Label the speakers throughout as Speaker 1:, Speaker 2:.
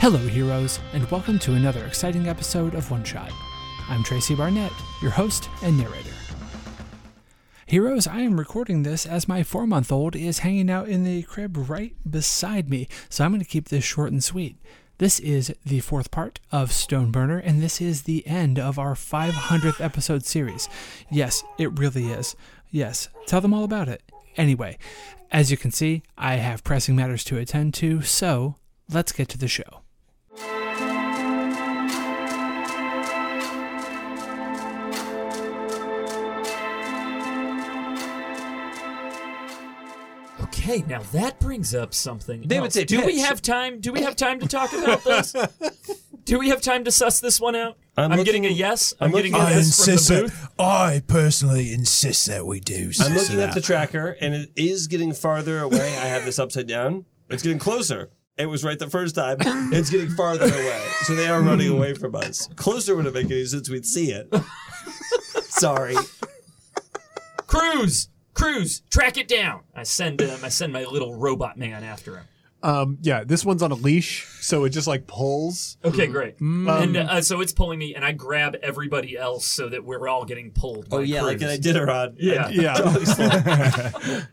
Speaker 1: Hello, heroes, and welcome to another exciting episode of One Shot. I'm Tracy Barnett, your host and narrator. Heroes, I am recording this as my four month old is hanging out in the crib right beside me, so I'm going to keep this short and sweet. This is the fourth part of Stoneburner, and this is the end of our 500th episode series. Yes, it really is. Yes, tell them all about it. Anyway, as you can see, I have pressing matters to attend to, so let's get to the show.
Speaker 2: Okay, now that brings up something.
Speaker 3: They would
Speaker 2: else.
Speaker 3: say
Speaker 2: "Do we
Speaker 3: pitch.
Speaker 2: have time? Do we have time to talk about this? do we have time to suss this one out?"
Speaker 3: I'm
Speaker 2: getting a
Speaker 3: looking-
Speaker 2: yes.
Speaker 3: I'm
Speaker 2: I'm, getting a
Speaker 3: looking- I
Speaker 2: yes from the
Speaker 4: that,
Speaker 2: booth.
Speaker 4: I personally insist that we do.
Speaker 3: I'm
Speaker 4: suss
Speaker 3: looking
Speaker 4: it
Speaker 3: at the
Speaker 4: out.
Speaker 3: tracker, and it is getting farther away. I have this upside down. It's getting closer. It was right the first time. It's getting farther away. So they are running away from us. Closer would have made any sense. We'd see it. Sorry.
Speaker 2: Cruise, cruise, track it down. I send um, I send my little robot man after him.
Speaker 5: Um, yeah, this one's on a leash, so it just like pulls.
Speaker 2: Okay,
Speaker 3: Hmm.
Speaker 2: great. and uh, so it's pulling me, and I grab everybody else so that we're all getting pulled. By
Speaker 3: Oh, yeah,
Speaker 2: cruise.
Speaker 3: like an Iditarod.
Speaker 2: Yeah.
Speaker 5: Yeah.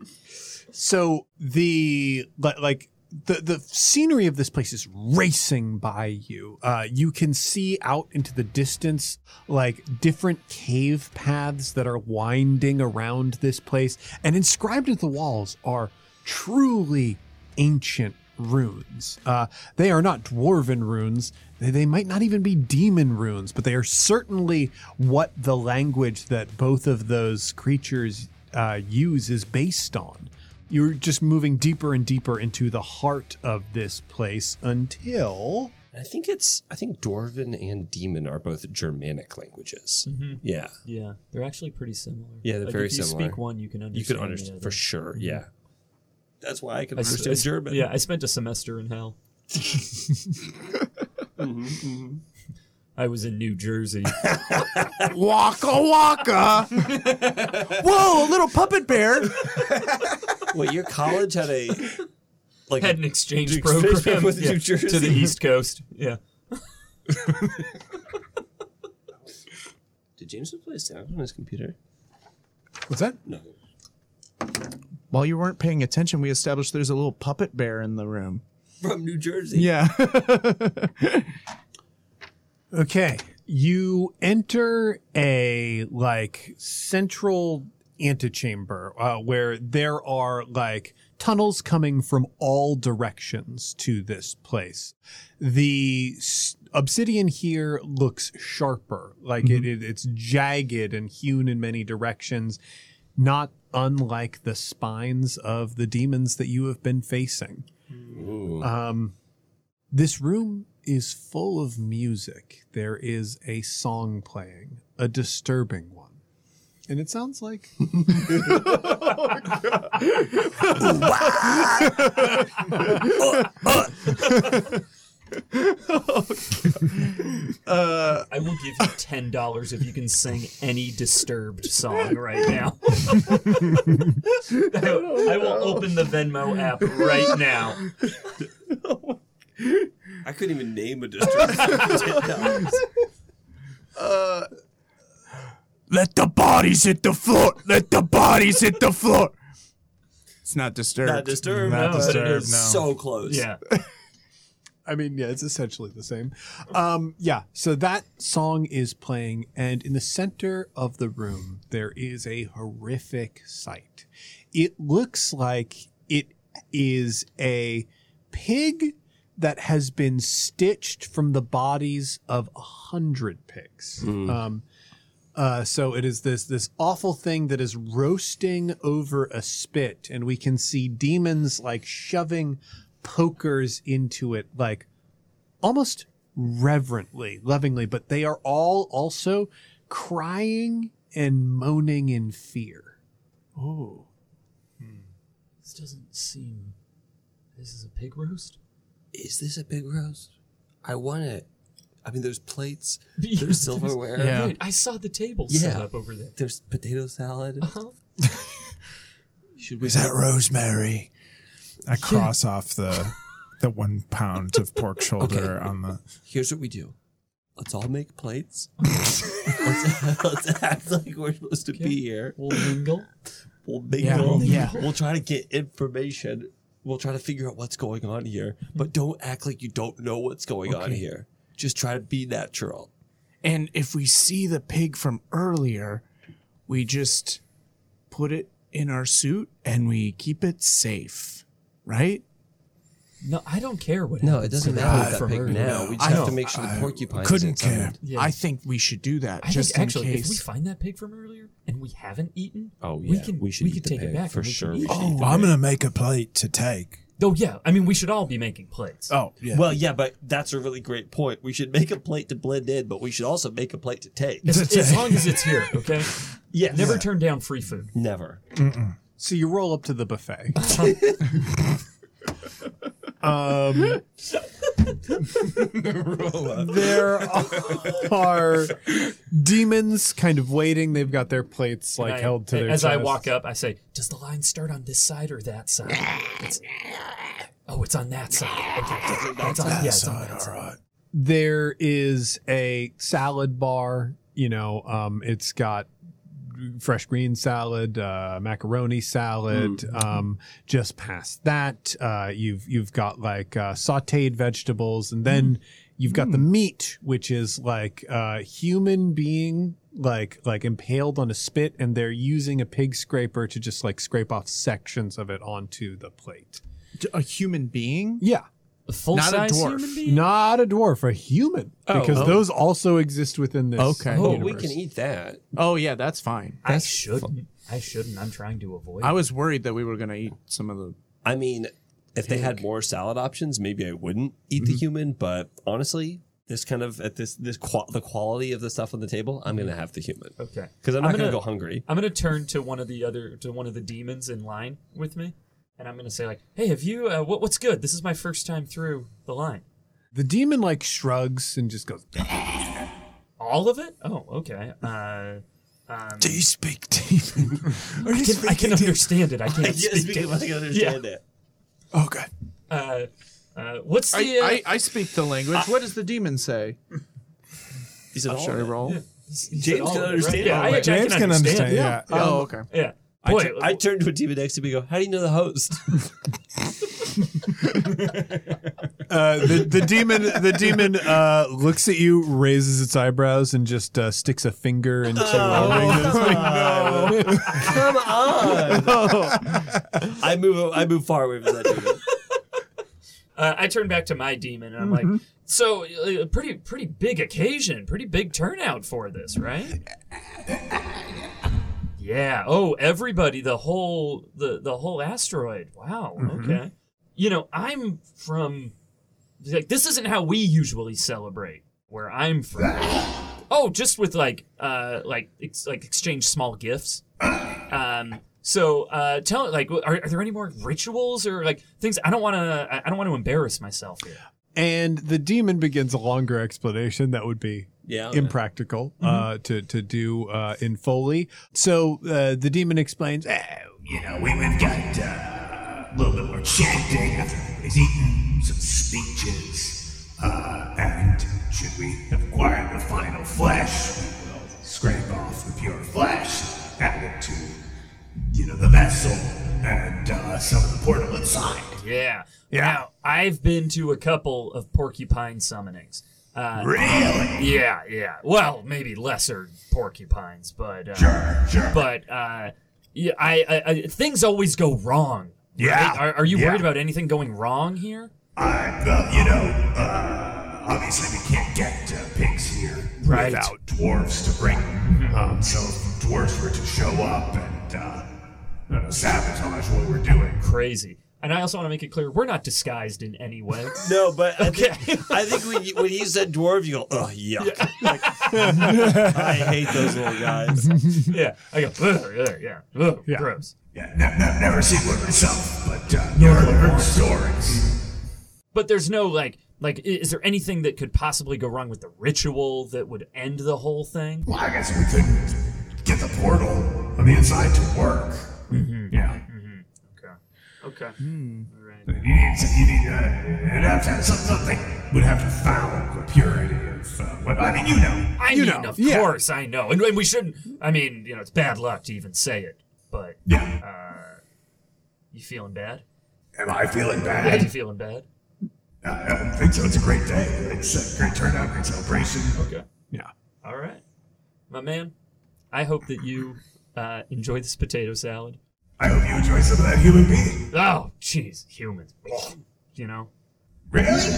Speaker 5: so the li- like the the scenery of this place is racing by you. Uh, you can see out into the distance like different cave paths that are winding around this place, and inscribed into the walls are truly ancient runes. Uh, they are not dwarven runes. They, they might not even be demon runes, but they are certainly what the language that both of those creatures uh, use is based on. You're just moving deeper and deeper into the heart of this place until.
Speaker 3: I think it's, I think Dwarven and Demon are both Germanic languages.
Speaker 2: Mm-hmm.
Speaker 3: Yeah.
Speaker 2: Yeah, they're actually pretty similar.
Speaker 3: Yeah, they're
Speaker 2: Like,
Speaker 3: very
Speaker 2: if you
Speaker 3: similar.
Speaker 2: Speak one, you can understand.
Speaker 3: You can
Speaker 2: the
Speaker 3: understand
Speaker 2: other.
Speaker 3: for sure. Yeah. That's why I can
Speaker 2: I s-
Speaker 3: understand
Speaker 2: I s-
Speaker 3: German.
Speaker 2: Yeah, I spent a semester in hell. Mm-hmm, I was in New Jersey.
Speaker 5: Waka waka! Whoa, a little puppet bear!
Speaker 3: Well, your college had a, like,
Speaker 2: Had an exchange
Speaker 3: Exchange
Speaker 2: program
Speaker 3: with
Speaker 2: yeah,
Speaker 3: New Jersey.
Speaker 2: to the East Coast. Yeah.
Speaker 3: did James play sound on his computer?
Speaker 5: What's that?
Speaker 3: No.
Speaker 6: While you weren't paying attention, we established there's a little puppet bear in the room.
Speaker 3: From New Jersey.
Speaker 6: Yeah.
Speaker 5: Okay. You enter a like central antechamber uh, where there are like tunnels coming from all directions to this place. The s- obsidian here looks sharper, like it, it, it's jagged and hewn in many directions, not unlike the spines of the demons that you have been facing. Um, this room is full of music. There is a song playing, a disturbing one. And it sounds like
Speaker 2: I will give you ten dollars if you can sing any disturbed song right now. I, I will open the Venmo app right now.
Speaker 3: I couldn't even name a district.
Speaker 4: Let the bodies hit the floor. Let the bodies hit the floor.
Speaker 6: it's not disturbed.
Speaker 3: Not disturbed.
Speaker 2: Not
Speaker 3: no, But it
Speaker 6: disturbed,
Speaker 3: is
Speaker 6: no.
Speaker 3: so close.
Speaker 2: Yeah.
Speaker 5: I mean, yeah, it's essentially the same. Um, yeah, so that song is playing, and in the center of the room, there is a horrific sight. It looks like it is a pig that has been stitched from the bodies of a hundred pigs. Um, Uh, so it is this this awful thing that is roasting over a spit, and we can see demons like shoving pokers into it, like almost reverently, lovingly. But they are all also crying and moaning in fear. Oh,
Speaker 2: This doesn't seem. This is a pig roast.
Speaker 3: Is this a big roast? I want it. I mean, there's plates, there's silverware,
Speaker 5: Yeah.
Speaker 2: Right, I saw the table set
Speaker 3: Yeah.
Speaker 2: up over there.
Speaker 3: there's potato salad.
Speaker 6: Uh-huh.
Speaker 2: Huh?
Speaker 3: Should we?
Speaker 4: Is that rosemary? I cross off the the one pound of pork shoulder on the.
Speaker 3: Here's what we do. Let's all make plates. let's, let's act like we're supposed to be here.
Speaker 2: We'll mingle.
Speaker 3: We'll mingle.
Speaker 6: Yeah.
Speaker 3: We'll try to get information. We'll try to figure out what's going on here, but don't act like you don't know what's going on here. Just try to be natural.
Speaker 6: And if we see the pig from earlier, we just put it in our suit and we keep it safe, right?
Speaker 2: No, I don't care what.
Speaker 3: No,
Speaker 2: happens
Speaker 3: it doesn't
Speaker 2: to
Speaker 3: matter
Speaker 2: that
Speaker 3: about that
Speaker 2: from
Speaker 3: pig
Speaker 2: earlier.
Speaker 3: now. We just
Speaker 6: I
Speaker 3: have to
Speaker 6: don't-
Speaker 3: make sure the
Speaker 4: I
Speaker 3: porcine
Speaker 4: Couldn't care.
Speaker 2: Yeah.
Speaker 6: I think we should do that
Speaker 2: I
Speaker 6: just
Speaker 2: think actually,
Speaker 6: in
Speaker 2: if we
Speaker 6: case.
Speaker 2: find that pig from earlier and we haven't eaten,
Speaker 3: Oh,
Speaker 2: we
Speaker 3: yeah,
Speaker 2: can
Speaker 3: we should
Speaker 2: we
Speaker 3: eat
Speaker 2: could
Speaker 3: the
Speaker 2: take
Speaker 3: pig,
Speaker 2: it back
Speaker 3: for
Speaker 2: and we can
Speaker 3: sure.
Speaker 2: eat
Speaker 3: We
Speaker 2: it.
Speaker 3: should.
Speaker 4: Oh, I'm gonna make a plate to take.
Speaker 2: Oh yeah, I mean we should all be making plates.
Speaker 6: Oh, yeah.
Speaker 3: Well, yeah, but that's a really great point. We should make a plate to blend in, but we should also make a plate to take.
Speaker 2: as, as long as it's here, okay.
Speaker 3: Yes.
Speaker 2: Never turn down free food.
Speaker 3: Never.
Speaker 5: So you roll up to the buffet. um, there are demons kind of waiting. They've got their plates like
Speaker 2: I-
Speaker 5: held to their
Speaker 2: as I
Speaker 5: chest.
Speaker 2: walk up, I say, "Does the line start on this side or that side?" It's- oh, it's on that side. Okay, it's on, yeah, it's on that side.
Speaker 5: There is a salad bar. You know, um, it's got fresh green salad, uh, macaroni salad. Um, just past that, uh, you've you've got like uh, sautéed vegetables, and then you've got the meat, which is like a human being, like like impaled on a spit, and they're using a pig scraper to just like scrape off sections of it onto the plate.
Speaker 6: a human being?
Speaker 5: Yeah.
Speaker 2: A full size
Speaker 6: Not a dwarf.
Speaker 2: human being.
Speaker 5: Not a dwarf, a human, because those also exist within this.
Speaker 6: Okay.
Speaker 3: Oh, we
Speaker 5: universe.
Speaker 3: can eat that.
Speaker 6: Oh, yeah, that's fine.
Speaker 2: I shouldn't. I shouldn't. I'm trying to avoid.
Speaker 6: I was worried that we were going to eat some of the.
Speaker 3: I mean, if they had more salad options, maybe I wouldn't eat the human. But honestly, this kind of at this this qua the quality of the stuff on the table, I'm gonna have the human
Speaker 2: okay.
Speaker 3: because I'm not gonna, go hungry.
Speaker 2: I'm gonna turn to one of the other to one of the demons in line with me, and I'm gonna say like, "Hey, have you? Uh, what, what's good? This is my first time through the line.
Speaker 5: The demon like shrugs and just goes.
Speaker 2: All of it? Oh, okay. Uh, um,
Speaker 4: Do you speak demon? Are you
Speaker 2: I can, I can understand it. I can't
Speaker 3: Yes,
Speaker 2: speak.
Speaker 3: because
Speaker 2: to
Speaker 3: I can understand that.
Speaker 4: Oh, good.
Speaker 2: Uh, uh, what's the? uh,
Speaker 6: I, I, I speak the language. what does the demon say?
Speaker 3: He said,
Speaker 6: Should I
Speaker 3: "Oh,
Speaker 6: roll?
Speaker 2: you said
Speaker 3: James
Speaker 2: all
Speaker 3: can
Speaker 2: of it,
Speaker 3: understand
Speaker 2: right?
Speaker 3: it.
Speaker 2: Yeah, I
Speaker 3: Oh, wait,
Speaker 2: actually- I
Speaker 4: James can understand. Yeah.
Speaker 6: Oh, okay.
Speaker 2: Yeah.
Speaker 3: I
Speaker 2: Boy,
Speaker 3: tu- I turned to a demon next to me and go, How do you know the host?
Speaker 5: Uh, the the demon the demon uh, looks at you, raises its eyebrows, and just uh, sticks a finger into. a ring that's
Speaker 3: Come on. I move I move far away from that demon.
Speaker 2: uh, I turn back to my demon and I'm like, so uh, pretty pretty big occasion, pretty big turnout for this, right? yeah. Oh, everybody, the whole the the whole asteroid. Wow. Okay. You know, I'm from like this isn't how we usually celebrate where I'm from. oh, just with like uh like ex- like exchange small gifts. Um, so uh, tell like, are, are there any more rituals or like things? I don't want to. I- I don't want to embarrass myself here.
Speaker 5: And the demon begins a longer explanation that would be
Speaker 3: Yeah.
Speaker 5: impractical uh, to to do uh, in Foley. So uh, the demon explains. "Eh,
Speaker 7: you know, we, we've got uh, a little bit more chanting after everybody's eaten, some speeches, uh, and should we acquire the final flesh, we will scrape off the pure flesh, add it to, you know, the vessel, and uh, some of the portal inside.
Speaker 2: Yeah. Yeah. Now, I've been to a couple of porcupine summonings. Uh,
Speaker 7: Really?
Speaker 2: yeah, yeah. Well, maybe lesser porcupines, but uh,
Speaker 7: Sure, sure.
Speaker 2: but uh, yeah, I, I, I things always go wrong.
Speaker 7: Yeah,
Speaker 2: right? Are, are you
Speaker 7: yeah.
Speaker 2: worried about anything going wrong here?
Speaker 7: I, well, you know, uh, obviously we can't get uh, pigs here
Speaker 2: Right. Mm-hmm.
Speaker 7: without dwarves to bring. Uh, for it to show up and uh, I don't know, sabotage what we're doing.
Speaker 2: Crazy. And I also want to make it clear we're not disguised in any way.
Speaker 3: No, but I
Speaker 2: Okay.
Speaker 3: think, I think when, you, when he said dwarf, you go, oh, yuck. Like, I hate those little guys.
Speaker 2: yeah. I go, "Ugh, ugh, yeah, ugh,
Speaker 5: Yeah.
Speaker 2: gross.
Speaker 7: Yeah, ne- ne- never seen one myself, but uh, you know, heard
Speaker 2: Mm-hmm.
Speaker 7: stories.
Speaker 2: But there's no like, like, i- is there anything that could possibly go wrong with the ritual that would end the whole thing?
Speaker 7: Well, I guess we couldn't get the portal on the inside to work.
Speaker 2: Mm-hmm.
Speaker 7: Yeah.
Speaker 2: Okay. Okay. All right.
Speaker 7: You need, to- you need, uh, it'd have to have some- something would have to found the purity of uh, what I mean, you know.
Speaker 2: I
Speaker 6: You
Speaker 2: mean,
Speaker 6: know,
Speaker 2: of
Speaker 6: yeah.
Speaker 2: course, I know, and, and we shouldn't. I mean, you know, it's bad luck to even say it, but
Speaker 7: Yeah.
Speaker 2: uh, you feeling bad?
Speaker 7: Am I feeling
Speaker 2: Are you
Speaker 7: bad?
Speaker 2: feeling bad?
Speaker 7: I I don't think so. It's a great day. It's a great turnout, great celebration.
Speaker 2: Okay.
Speaker 5: Yeah.
Speaker 2: All right, my man. I hope that you uh, enjoy this potato salad.
Speaker 7: I hope you enjoy some of that human being.
Speaker 2: Oh, jeez, humans. Ugh. You know.
Speaker 7: Really?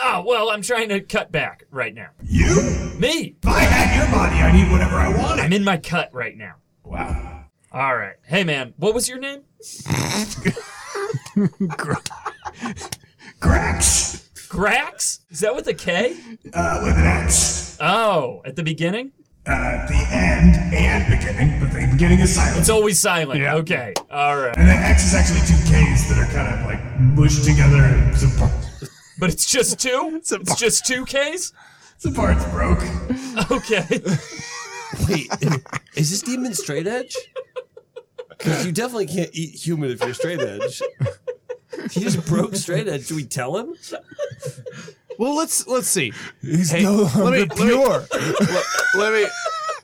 Speaker 2: Oh well, I'm trying to cut back right now.
Speaker 7: You?
Speaker 2: Me,
Speaker 7: If I had your body, I'd eat whatever I wanted.
Speaker 2: I'm in my cut right now.
Speaker 7: wow.
Speaker 2: All right. Hey, man. What was your name?
Speaker 7: Grax.
Speaker 2: Grax? Is that with a K?
Speaker 7: Uh, with an X.
Speaker 2: Oh, at the beginning.
Speaker 7: Uh, the end and beginning, but the beginning is silent.
Speaker 2: It's always silent. Okay. All right.
Speaker 7: And then X is actually two K's that are kind of like mushed together. And some, par-
Speaker 2: But it's just two? it's, just two Ks?
Speaker 7: some parts broke.
Speaker 2: Okay.
Speaker 3: Wait, is this demon straight edge? Because you definitely can't eat human if you're straight edge. He just broke straight edge. Do we tell him?
Speaker 6: Well, let's let's see.
Speaker 4: He's no longer
Speaker 6: me- let me-
Speaker 4: pure.
Speaker 6: Let, let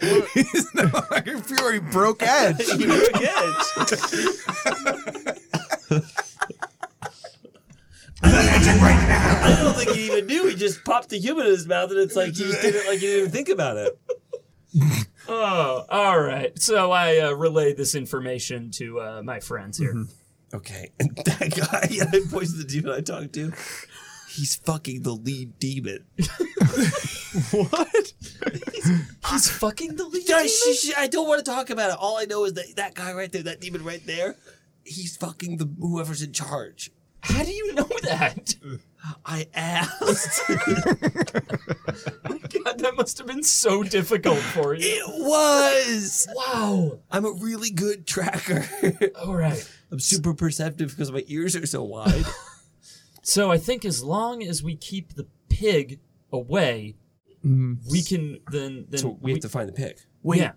Speaker 6: me.
Speaker 4: He's no longer pure. He broke edge.
Speaker 3: He broke edge.
Speaker 7: I'm not edging right now.
Speaker 3: I don't think he even knew. He just popped the human in his mouth, and it's like he just did it like he didn't even think about it.
Speaker 2: Oh, all right. So I uh, relay this information to uh, my friends here.
Speaker 3: Mm-hmm. Okay, and that guy, I voice the demon I talked to. He's fucking the lead demon.
Speaker 2: He's fucking the lead.
Speaker 3: Guys, sh- sh- I don't want to talk about it. All I know is that that guy right there, that demon right there, he's fucking the whoever's in charge.
Speaker 2: How do you know that?
Speaker 3: I asked.
Speaker 2: God, that must have been so difficult for you.
Speaker 3: it was.
Speaker 2: Wow.
Speaker 3: I'm a really good tracker.
Speaker 2: All right.
Speaker 3: I'm super perceptive because my ears are so wide.
Speaker 2: So I think as long as we keep the pig away, we can then then
Speaker 3: Mm. so we have to find the pick.
Speaker 6: Wait.
Speaker 2: yeah.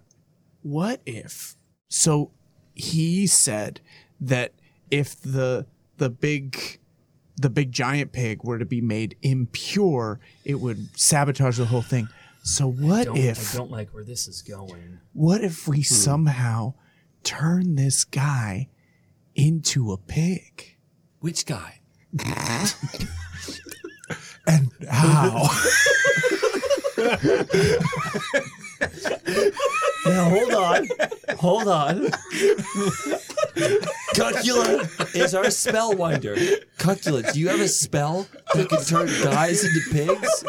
Speaker 6: What if? So he said that if the the big the big giant pig were to be made impure, it would sabotage the whole thing. So what
Speaker 2: Don't,
Speaker 6: if
Speaker 2: I don't like where this is going.
Speaker 6: what if we
Speaker 5: Hmm.
Speaker 6: somehow turn this guy into a pig?
Speaker 3: Which guy?
Speaker 4: And how?
Speaker 3: Now hold on, hold on. Cucula is our spell winder. Cucula, do you have a spell that can turn guys into pigs?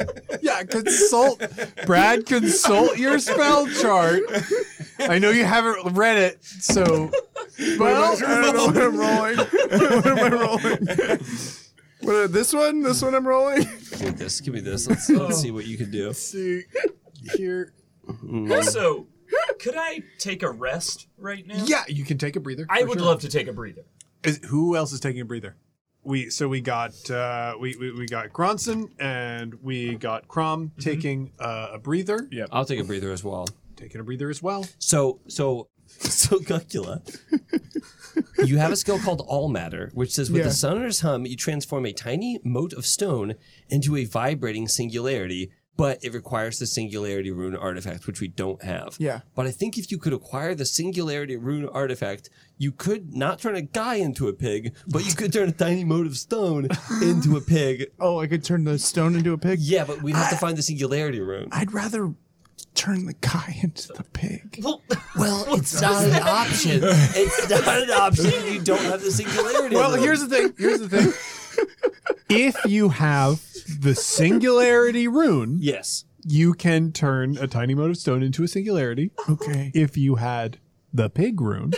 Speaker 5: Yeah, consult Brad, consult your spell chart. I know you haven't read it, so
Speaker 6: Well,
Speaker 5: I don't know what
Speaker 6: I'm rolling.
Speaker 5: what am I rolling?
Speaker 6: What, this one? This one I'm rolling?
Speaker 3: Give me this. Give me this. Let's, let's see what you can do.
Speaker 5: See here.
Speaker 2: So could I take a rest right now?
Speaker 5: Yeah, you can take a breather.
Speaker 2: I
Speaker 5: for
Speaker 2: would
Speaker 5: sure.
Speaker 2: love to take a breather.
Speaker 5: Is, who else is taking a breather? We so we got uh, we, we we got Gronson and we got Crom
Speaker 3: Mm-hmm.
Speaker 5: taking uh, a breather,
Speaker 3: I'll take a breather as well.
Speaker 5: taking a breather as well.
Speaker 3: So, so, so, Cucula, you have a skill called All Matter, which says with the sonorous hum, you transform a tiny mote of stone into a vibrating singularity, but it requires the singularity rune artifact, which we don't have.
Speaker 6: Yeah.
Speaker 3: But I think if you could acquire the singularity rune artifact, you could not turn a guy into a pig, but you could turn a tiny mote of stone into a pig.
Speaker 6: Oh, I could turn the stone into a pig?
Speaker 3: Yeah, but we'd have to find the singularity rune.
Speaker 6: I'd rather turn the guy into the pig.
Speaker 2: Well,
Speaker 3: Well, it's not an option. It's not an option. if You don't have the singularity.
Speaker 5: Well,
Speaker 3: rune.
Speaker 5: here's the thing. Here's the thing. if you have the singularity rune,
Speaker 3: Yes.
Speaker 5: you can turn a tiny mode of stone into a singularity.
Speaker 6: Okay.
Speaker 5: If you had the pig rune,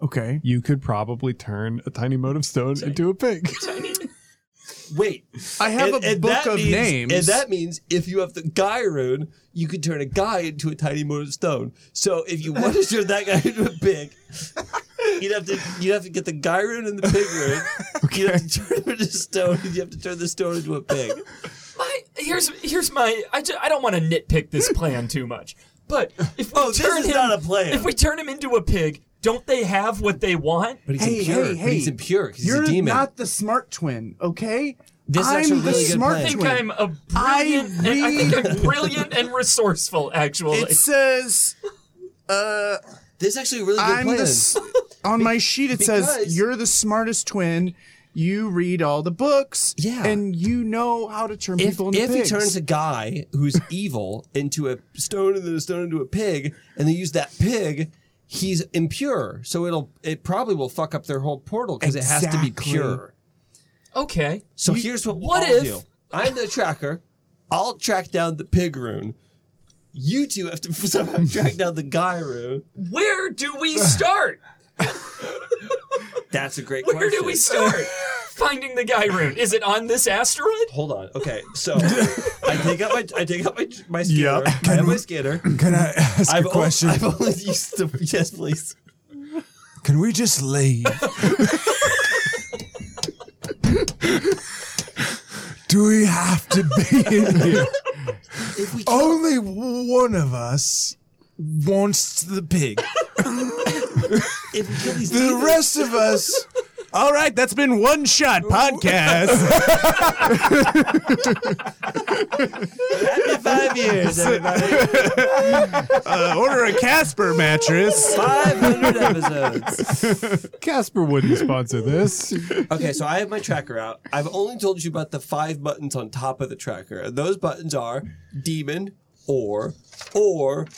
Speaker 6: Okay.
Speaker 5: you could probably turn a tiny mode of stone into a pig.
Speaker 3: Wait,
Speaker 6: I have
Speaker 3: and-
Speaker 6: a
Speaker 3: and
Speaker 6: book
Speaker 3: that
Speaker 6: of
Speaker 3: means-
Speaker 6: names.
Speaker 3: and that means if you have the guy rune, you can turn a guy into a tiny moon of stone. So if you want to turn that guy into a pig, you'd have to you'd have to get the guy rune and the pig rune. You'd have to turn them into stone. and You have to turn the stone into a pig.
Speaker 2: My, here's here's my. I, ju- I don't want to nitpick this plan too much, but if we
Speaker 3: Oh, this
Speaker 2: turn
Speaker 3: is
Speaker 2: him,
Speaker 3: not a plan.
Speaker 2: If we turn him into a pig, don't they have what they want?
Speaker 3: But he's
Speaker 6: hey,
Speaker 3: impure.
Speaker 6: hey, hey!
Speaker 3: But he's impure. 'cause He's
Speaker 6: You're
Speaker 3: a demon.
Speaker 6: not the smart twin, okay?
Speaker 3: This is
Speaker 6: I'm
Speaker 3: actually a
Speaker 6: the
Speaker 3: really good
Speaker 6: smart
Speaker 3: plan.
Speaker 2: I think
Speaker 6: twin.
Speaker 2: I'm a
Speaker 6: I
Speaker 2: brilliant. and I think I'm brilliant and resourceful. Actually,
Speaker 6: it says
Speaker 3: this is actually a really good
Speaker 6: I'm
Speaker 3: plan.
Speaker 6: the s- on my sheet. It says
Speaker 3: because-
Speaker 6: you're the smartest twin. You read all the books,
Speaker 3: Yeah.
Speaker 6: and you know how to turn
Speaker 3: if
Speaker 6: people into
Speaker 3: if he
Speaker 6: pigs.
Speaker 3: turns a guy who's evil into a stone and then a stone into a pig, and they use that pig, he's impure. So it'll it probably will fuck up their whole portal because it has to be
Speaker 6: Exactly.
Speaker 3: pure.
Speaker 2: okay.
Speaker 3: So here's what
Speaker 2: what
Speaker 3: I'll
Speaker 2: if-
Speaker 3: do. I'm the tracker. I'll track down the pig rune. You two have to somehow track down the guy rune.
Speaker 2: Where do we start?
Speaker 3: That's a great
Speaker 2: Where
Speaker 3: question.
Speaker 2: do we start? Finding the guy rune. Is it on this asteroid?
Speaker 3: Hold on. Okay, so I take out my I take out my my scanner.
Speaker 4: Yep.
Speaker 3: I have my scanner.
Speaker 4: Can I ask
Speaker 3: I've
Speaker 4: a
Speaker 3: o-
Speaker 4: question?
Speaker 3: I've only used the yes, please.
Speaker 4: Can we just leave? Do we have to be in here? Only one of us wants the pig.
Speaker 3: If we kill these
Speaker 4: The rest of us.
Speaker 6: all right, that's been one shot podcast.
Speaker 3: five years, everybody.
Speaker 6: uh, order a Casper mattress.
Speaker 3: 500 episodes.
Speaker 5: Casper wouldn't sponsor this.
Speaker 3: Okay, so I have my tracker out. I've only told you about the five buttons on top of the tracker. And those buttons are demon, or, or,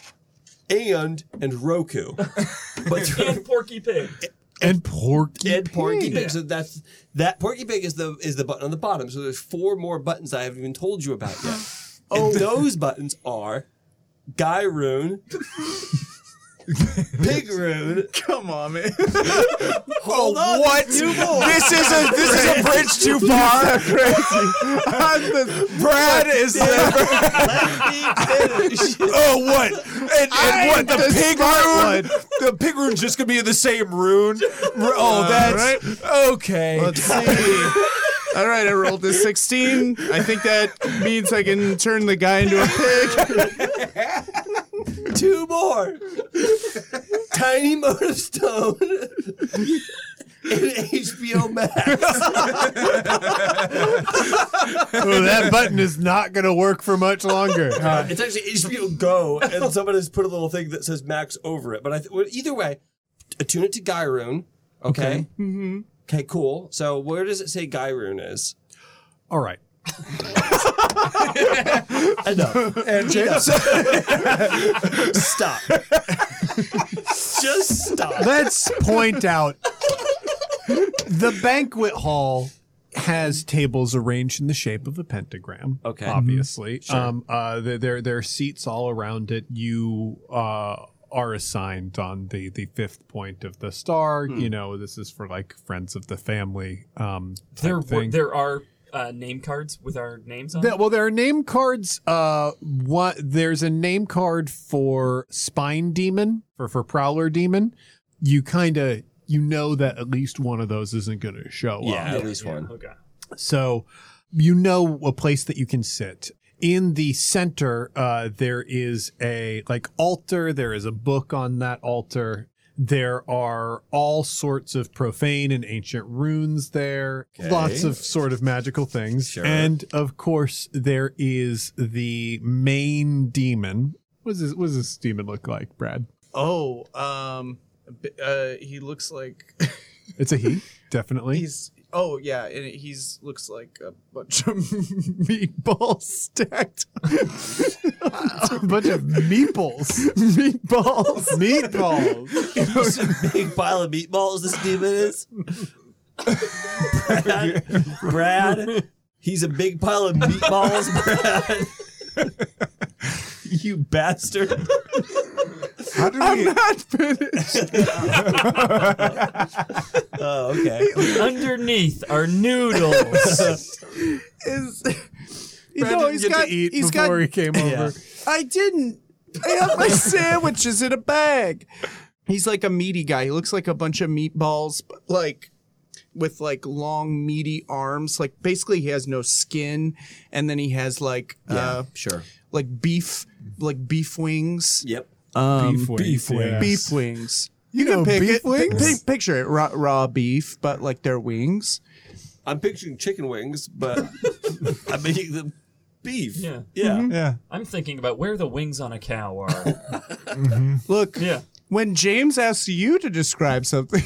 Speaker 3: and, and Roku. But
Speaker 2: And Porky Pig.
Speaker 5: And porky.
Speaker 3: and Porky Pig. So that's that Porky Pig is the is the button on the bottom. So there's four more buttons I haven't even told you about yet. And those buttons are Guy Rune, Pig Rune,
Speaker 6: Come on, man.
Speaker 3: Hold on,
Speaker 6: what?
Speaker 3: there's new more.
Speaker 6: This is a this is a bridge too far. I'm the- Brad is the
Speaker 4: Oh, what? And, and what? The, pig
Speaker 6: smart
Speaker 4: rune? The pig rune's just going to be in the same rune?
Speaker 5: Uh,
Speaker 4: Oh, that's. Okay.
Speaker 6: Let's see. All right, I rolled a 16. I think that means I can turn the guy into a pig.
Speaker 3: two more. Tiny Moat of Stone and HBO Max.
Speaker 5: Oh, that button is not going to work for much longer.
Speaker 3: It's actually HBO Go, and someone has put a little thing that says Max over it. But I th- well, either way, attune it to Gyroon. Okay. Okay, cool. So where does it say Gyroon is?
Speaker 5: All right.
Speaker 3: Enough. and stop. Just stop.
Speaker 5: Let's point out the banquet hall has tables arranged in the shape of a pentagram.
Speaker 3: Okay.
Speaker 5: Obviously. Um uh there, there there are seats all around it. You uh are assigned on the the fifth point of the star. You know, this is for like friends of the family. Um type
Speaker 2: There, were,
Speaker 5: thing.
Speaker 2: there are uh, name cards with our names on.
Speaker 5: Th-
Speaker 2: them.
Speaker 5: well, there are name cards. Uh, what there's a name card for Spine Demon for for Prowler Demon. You kind of you know that at least one of those isn't going to show
Speaker 3: Yeah,
Speaker 5: up.
Speaker 3: at least one.
Speaker 2: Okay.
Speaker 5: So you know a place that you can sit. In the center, uh, there is a like altar. There is a book on that altar. There are all sorts of profane and ancient runes there. Lots of sort of magical things.
Speaker 3: Sure.
Speaker 5: And of course, there is the main demon. What does this, what does this demon look like, Brad?
Speaker 6: Oh, um, b- uh, he looks like
Speaker 5: It's a he, definitely.
Speaker 6: he's. Oh yeah, and he's looks like a bunch of meatballs stacked.
Speaker 5: a bunch of meeples. meatballs. Meatballs.
Speaker 3: Just a big pile of meatballs this demon is. Brad, Brad, he's a big pile of meatballs, Brad. you bastard.
Speaker 4: How did we?
Speaker 6: I'm not finished.
Speaker 3: Oh, okay.
Speaker 2: Underneath are noodles.
Speaker 6: Is,
Speaker 5: Brad
Speaker 6: no,
Speaker 5: didn't
Speaker 6: he's
Speaker 5: get
Speaker 6: got.
Speaker 5: to eat
Speaker 6: he's
Speaker 5: before
Speaker 6: got.
Speaker 5: he came over.
Speaker 6: I didn't. I have my sandwiches in a bag. He's like a meaty guy. He looks like a bunch of meatballs, but like with like long meaty arms. Like basically, he has no skin, and then he has like uh,
Speaker 3: Sure.
Speaker 6: like beef, like beef Um, wings.
Speaker 3: Yep.
Speaker 5: beef wings.
Speaker 4: beef wings.
Speaker 6: Beef wings. You,
Speaker 4: know beef
Speaker 6: it, pi-
Speaker 4: wings?
Speaker 6: pi- picture it raw, raw beef, but like their wings.
Speaker 3: I'm picturing chicken wings, but I'm making them beef.
Speaker 2: Yeah.
Speaker 3: Yeah.
Speaker 4: Mm-hmm. Yeah.
Speaker 2: I'm thinking about where the wings on a cow are.
Speaker 6: Look,
Speaker 2: Yeah.
Speaker 6: when James asks you to describe something,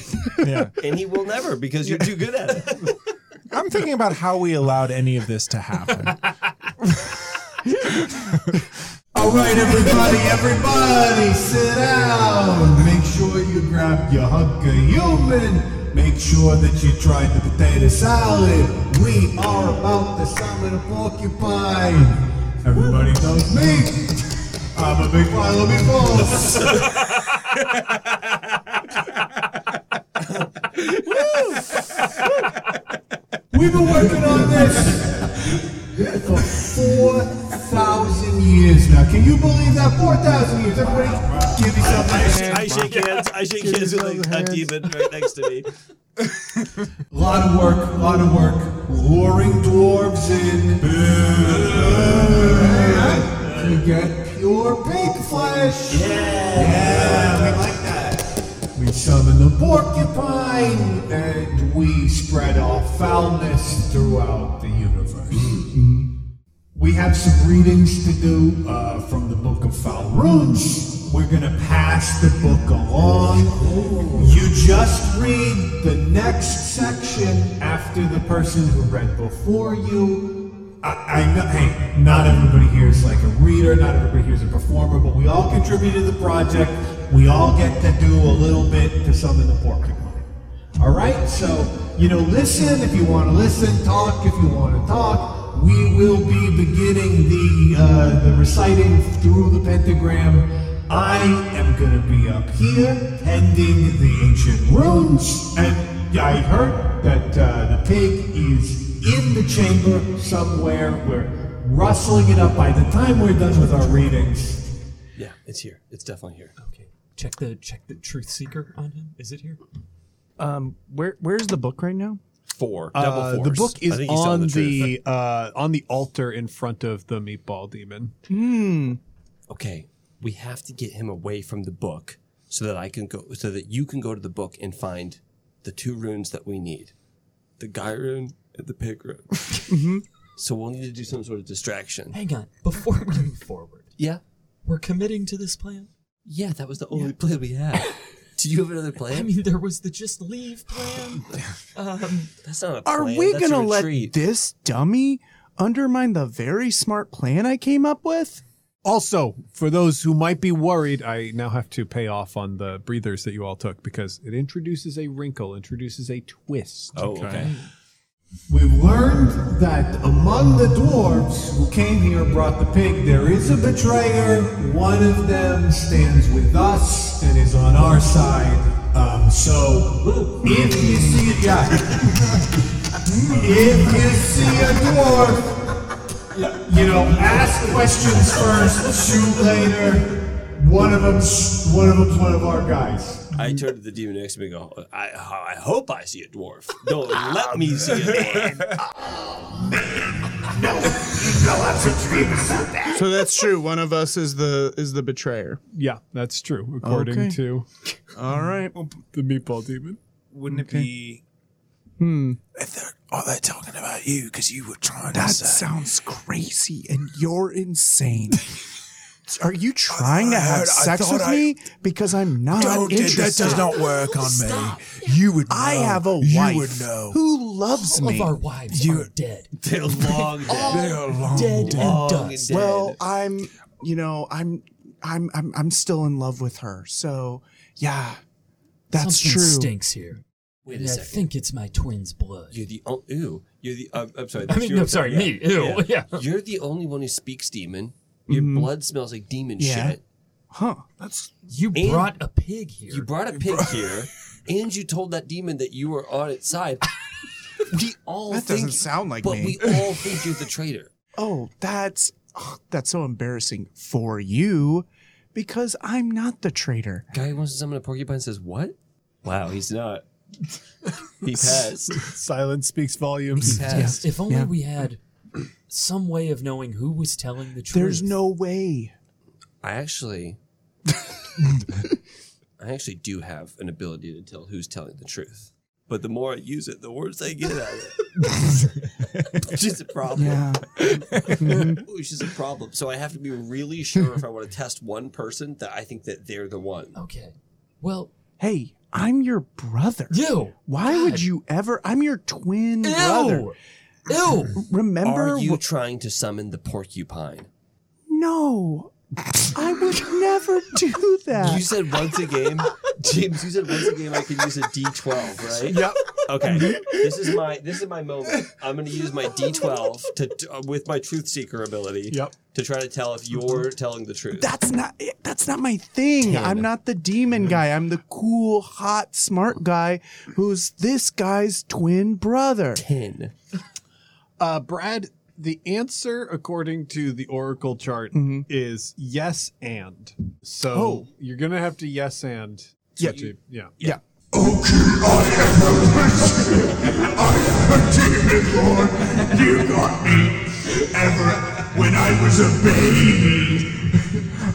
Speaker 4: Yeah.
Speaker 3: And he will never because you're too good at it.
Speaker 4: I'm thinking about how we allowed any of this to happen.
Speaker 7: All right, everybody, everybody, sit down. Make sure you grab your hunk of human. Make sure that you try the potato salad. We are about to summon a porcupine. Everybody knows me. I'm a big pile of meatballs. We've been working on this for 4,000 years now. Can you believe that? 4,000 years. Everybody, give yourself a hand.
Speaker 3: I shake hands. I shake hands with like a demon right next to me.
Speaker 7: A lot of work, a lot of work. Luring dwarves in. You get pure pig flesh. Yeah. we like that. We summon the porcupine and we spread our foulness throughout the universe. We have some readings to do uh, from the Book of Foul Runes. We're going to pass the book along. You just read the next section after the person who read before you. I, I know, hey, not everybody here is like a reader, not everybody here is a performer, but we all contribute to the project. We all get to do a little bit to summon the porcupine. All right, so you know, listen if you want to listen, talk if you want to talk. We will be beginning the uh, the reciting through the pentagram. I am going to be up here pending the ancient runes, and I heard that uh, the pig is in the chamber somewhere. We're rustling it up. By the time we're done with our readings,
Speaker 3: Yeah, it's here. It's definitely here.
Speaker 2: Okay. Check the check the truth seeker on him. Is it here?
Speaker 6: where where's the book right now?
Speaker 3: Four.
Speaker 5: Uh,
Speaker 3: Double four.
Speaker 5: the book
Speaker 3: I
Speaker 5: is
Speaker 3: think he's telling
Speaker 5: on
Speaker 3: the, truth.
Speaker 5: the uh, on the altar in front of the meatball demon.
Speaker 3: okay, we have to get him away from the book so that I can go, so that you can go to the book and find the two runes that we need the guy rune and the pig rune. So we'll need to do some sort of distraction.
Speaker 2: Hang on. Before we move forward,
Speaker 3: Yeah.
Speaker 2: we're committing to this plan.
Speaker 3: Yeah, that was the only plan we had. Do you have another plan?
Speaker 2: I mean, there was the just leave plan.
Speaker 3: that's not a plan.
Speaker 6: Are we
Speaker 3: that's a
Speaker 6: gonna let
Speaker 3: retreat.
Speaker 6: this dummy undermine the very smart plan I came up with?
Speaker 5: Also, for those who might be worried, I now have to pay off on the breathers that you all took because it introduces a wrinkle, introduces a twist.
Speaker 3: Oh, okay.
Speaker 7: We learned that among the dwarves who came here brought the pig, there is a betrayer. One of them stands with us and is on our side. Um, so, if you see a guy, if you see a dwarf, you know, ask questions first, shoot later. One of them's one of them's one of our guys.
Speaker 3: I turn to the demon next to me and go, I, I hope I see a dwarf. Don't let me see a dwarf.
Speaker 6: So that's true. One of us is the is the betrayer.
Speaker 5: Yeah, that's true, according
Speaker 6: Okay.
Speaker 5: to
Speaker 6: All right.
Speaker 5: the meatball demon.
Speaker 4: Wouldn't it be?
Speaker 6: Hmm.
Speaker 7: Oh, they're talking about you because you were trying
Speaker 6: That sounds crazy, and you're insane. Are you trying to have
Speaker 7: I
Speaker 6: sex
Speaker 7: thought
Speaker 6: with
Speaker 7: I-
Speaker 6: me? Because I'm not
Speaker 7: Don't do-
Speaker 6: interested.
Speaker 7: that does not work on me. You would. Know.
Speaker 6: I have a
Speaker 7: You
Speaker 6: wife
Speaker 7: would know.
Speaker 6: who loves
Speaker 2: All
Speaker 6: me.
Speaker 2: of our wives are dead.
Speaker 3: They're long dead.
Speaker 7: They are long
Speaker 2: Dead
Speaker 7: dead.
Speaker 2: and
Speaker 3: Long
Speaker 2: dust.
Speaker 3: dead.
Speaker 6: Well, I'm, you know, I'm, I'm, I'm, I'm still in love with her. So, yeah, that's
Speaker 2: Something
Speaker 6: true.
Speaker 2: stinks here.
Speaker 3: Wait
Speaker 2: And I think it's my twin's blood.
Speaker 3: You're the only. Ew. You're the. I'm, I'm sorry.
Speaker 2: I
Speaker 3: that's
Speaker 2: mean,
Speaker 3: your
Speaker 2: no, sorry,
Speaker 3: opinion.
Speaker 2: me. Ew, yeah.
Speaker 3: You're the only one who speaks demon.
Speaker 2: Mm-hmm.
Speaker 3: Your blood smells like demon
Speaker 6: Yeah.
Speaker 3: shit.
Speaker 6: Huh. That's
Speaker 2: You
Speaker 3: And-
Speaker 2: brought a pig here.
Speaker 3: You brought a pig here, and you told that demon that you were on its side. We all
Speaker 6: That
Speaker 3: think,
Speaker 6: doesn't sound like
Speaker 3: but
Speaker 6: me.
Speaker 3: we all think you're the traitor.
Speaker 6: oh, that's oh, that's so embarrassing for you because I'm not the traitor.
Speaker 3: Guy who wants to summon a porcupine says, "What? Wow, he's not. He passed.
Speaker 5: Silence speaks volumes.
Speaker 3: Passed.
Speaker 2: if only
Speaker 6: Yeah.
Speaker 2: we had some way of knowing who was telling the truth.
Speaker 6: There's no way.
Speaker 3: I actually, I actually do have an ability to tell who's telling the truth. But the more I use it, the worse I get at it. Which is a problem.
Speaker 6: Yeah.
Speaker 3: Which is a problem. So I have to be really sure if I want to test one person that I think that they're the one.
Speaker 2: Okay. Well,
Speaker 6: Hey, I'm your brother.
Speaker 2: you.
Speaker 6: Why would you ever? I'm your twin brother.
Speaker 2: Ew. Ew.
Speaker 6: Remember?
Speaker 3: Are you
Speaker 6: what-
Speaker 3: trying to summon the porcupine?
Speaker 6: no, I would never do
Speaker 3: You
Speaker 6: that.
Speaker 3: said once a game, James. You said once a game I can use a D twelve, right?
Speaker 5: Yep.
Speaker 3: Okay. This is my this is my moment. I'm going to use my D twelve to uh, with my truth seeker ability.
Speaker 5: Yep.
Speaker 3: To try to tell if you're telling the truth.
Speaker 6: That's not. That's not my thing. i I'm not the demon guy. I'm the cool, hot, smart guy who's this guy's twin brother.
Speaker 3: Ten.
Speaker 5: Uh, Brad, the answer according to the Oracle chart is yes and. So
Speaker 6: Mm-hmm. Oh.
Speaker 5: you're gonna have to yes and.
Speaker 6: Yeah.
Speaker 5: switch it. yeah.
Speaker 6: Yeah.
Speaker 7: Okay, I am the person. I am a demon lord. You got me. Ever when I was a baby,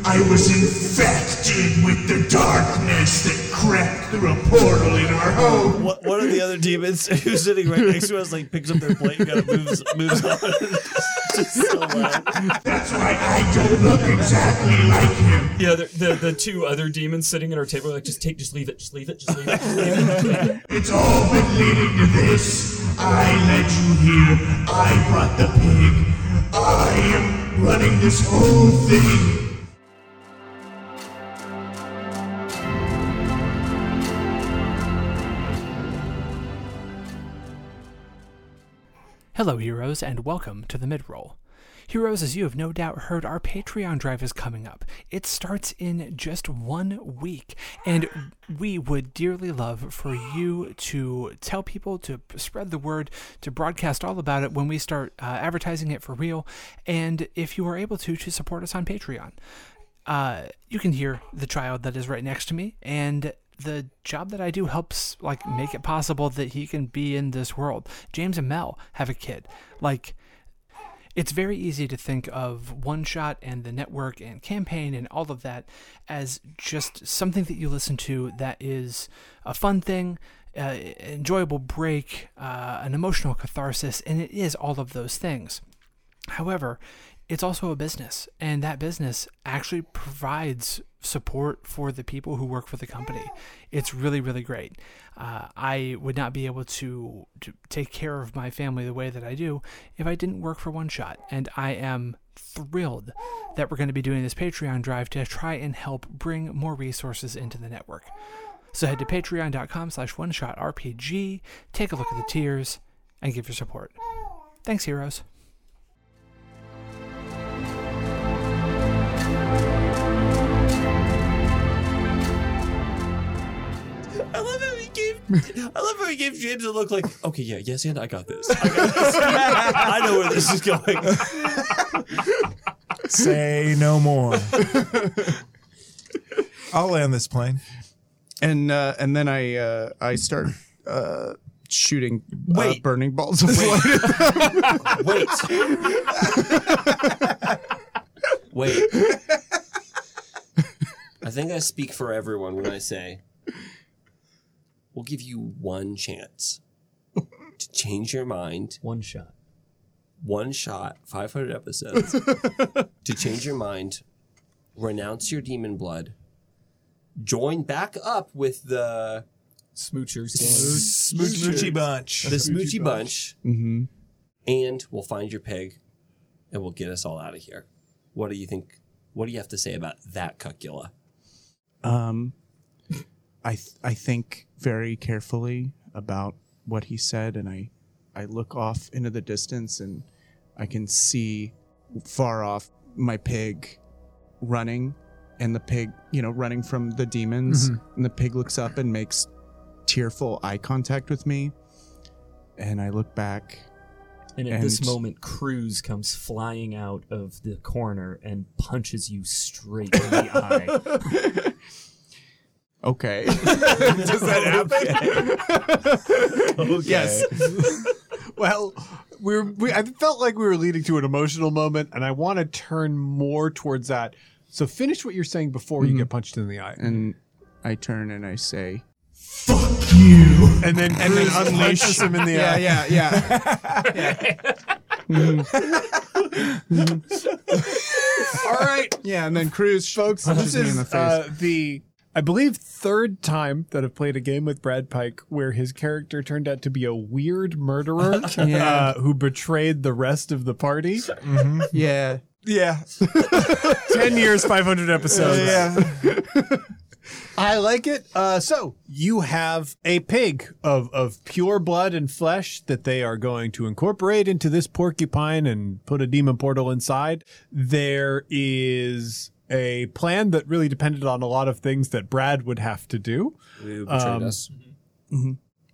Speaker 7: I was infected with the darkness that crept through a portal in our home.
Speaker 3: What, one of the other demons who's sitting right next to us like picks up their plate and kind of moves moves on. Just so loud.
Speaker 7: That's why I don't look exactly like him.
Speaker 2: Yeah, the, the, the two other demons sitting at our table are like, just take, just leave it, just leave it, just leave it. Just leave it.
Speaker 7: It's all been leading to this. I led you here. I brought the pig. I am running this whole thing.
Speaker 1: Hello, heroes, and welcome to the midroll. Heroes, as you have no doubt heard, our Patreon drive is coming up. It starts in just one week, and we would dearly love for you to tell people, to spread the word, to broadcast all about it when we start uh, advertising it for real, and if you are able to, to support us on Patreon. Uh, you can hear the child that is right next to me, and the job that I do helps like make it possible that he can be in this world. James and Mel have a kid. Like it's very easy to think of one shot and the network and campaign and all of that as just something that you listen to that is a fun thing uh, enjoyable break uh, an emotional catharsis and it is all of those things However, it's also a business, and that business actually provides support for the people who work for the company. It's really, really great. Uh, I would not be able to, to take care of my family the way that I do if I didn't work for One Shot, and I am thrilled that we're going to be doing this Patreon drive to try and help bring more resources into the network. So head to patreon.com slash one shot RPG, take a look at the tiers, and give your support. Thanks, heroes.
Speaker 3: I love how he gave. I love how he gave James a look like, okay, yeah, yes, and I got this. I, got this. I know where this is going.
Speaker 4: Say no more. I'll land this plane.
Speaker 6: And uh, and then I uh, I start uh, shooting uh,
Speaker 3: Wait.
Speaker 6: burning balls of light.
Speaker 3: Wait. Wait. I think I speak for everyone when I say we'll give you one chance to change your mind.
Speaker 2: One shot.
Speaker 3: One shot, 500 episodes to change your mind, renounce your demon blood, join back up with the
Speaker 2: Smoochers.
Speaker 4: Smoochie bunch.
Speaker 3: the Smoochy Bunch,
Speaker 6: Mm-hmm.
Speaker 3: and we'll find your pig, and we'll get us all out of here. What do you think? What do you have to say about that, Cuckula?
Speaker 6: Um, I th- I think very carefully about what he said, and I I look off into the distance, and I can see far off my pig running and the pig, you know, running from the demons and the pig looks up and makes tearful eye contact with me. And I look back.
Speaker 2: And at this
Speaker 6: And-
Speaker 2: moment, Cruz comes flying out of the corner and punches you straight in the eye.
Speaker 6: Okay. Does that happen? Yes.
Speaker 7: Well, we were, we, I felt like we were leading to an emotional moment, and I want to turn more towards that. So finish what you're saying before you get punched in the eye,
Speaker 6: Mm-hmm. And I turn and I say,
Speaker 7: and then and then unleash him in the eye.
Speaker 6: yeah, yeah. All right. Yeah, and then Cruz folks punches
Speaker 7: This
Speaker 6: me in
Speaker 7: is
Speaker 6: the face.
Speaker 7: uh, the I believe third time that I've played a game with Brad Pike where his character turned out to be a weird murderer uh, who betrayed the rest of the party.
Speaker 6: yeah.
Speaker 5: Yeah.
Speaker 7: Ten years, five hundred episodes.
Speaker 5: Yeah.
Speaker 7: I like it. Uh, so you have a pig of, of pure blood and flesh that they are going to incorporate into this porcupine and put a demon portal inside. There is a plan that really depended on a lot of things that Brad would have to do,
Speaker 3: Betrayed
Speaker 7: Um,
Speaker 3: us.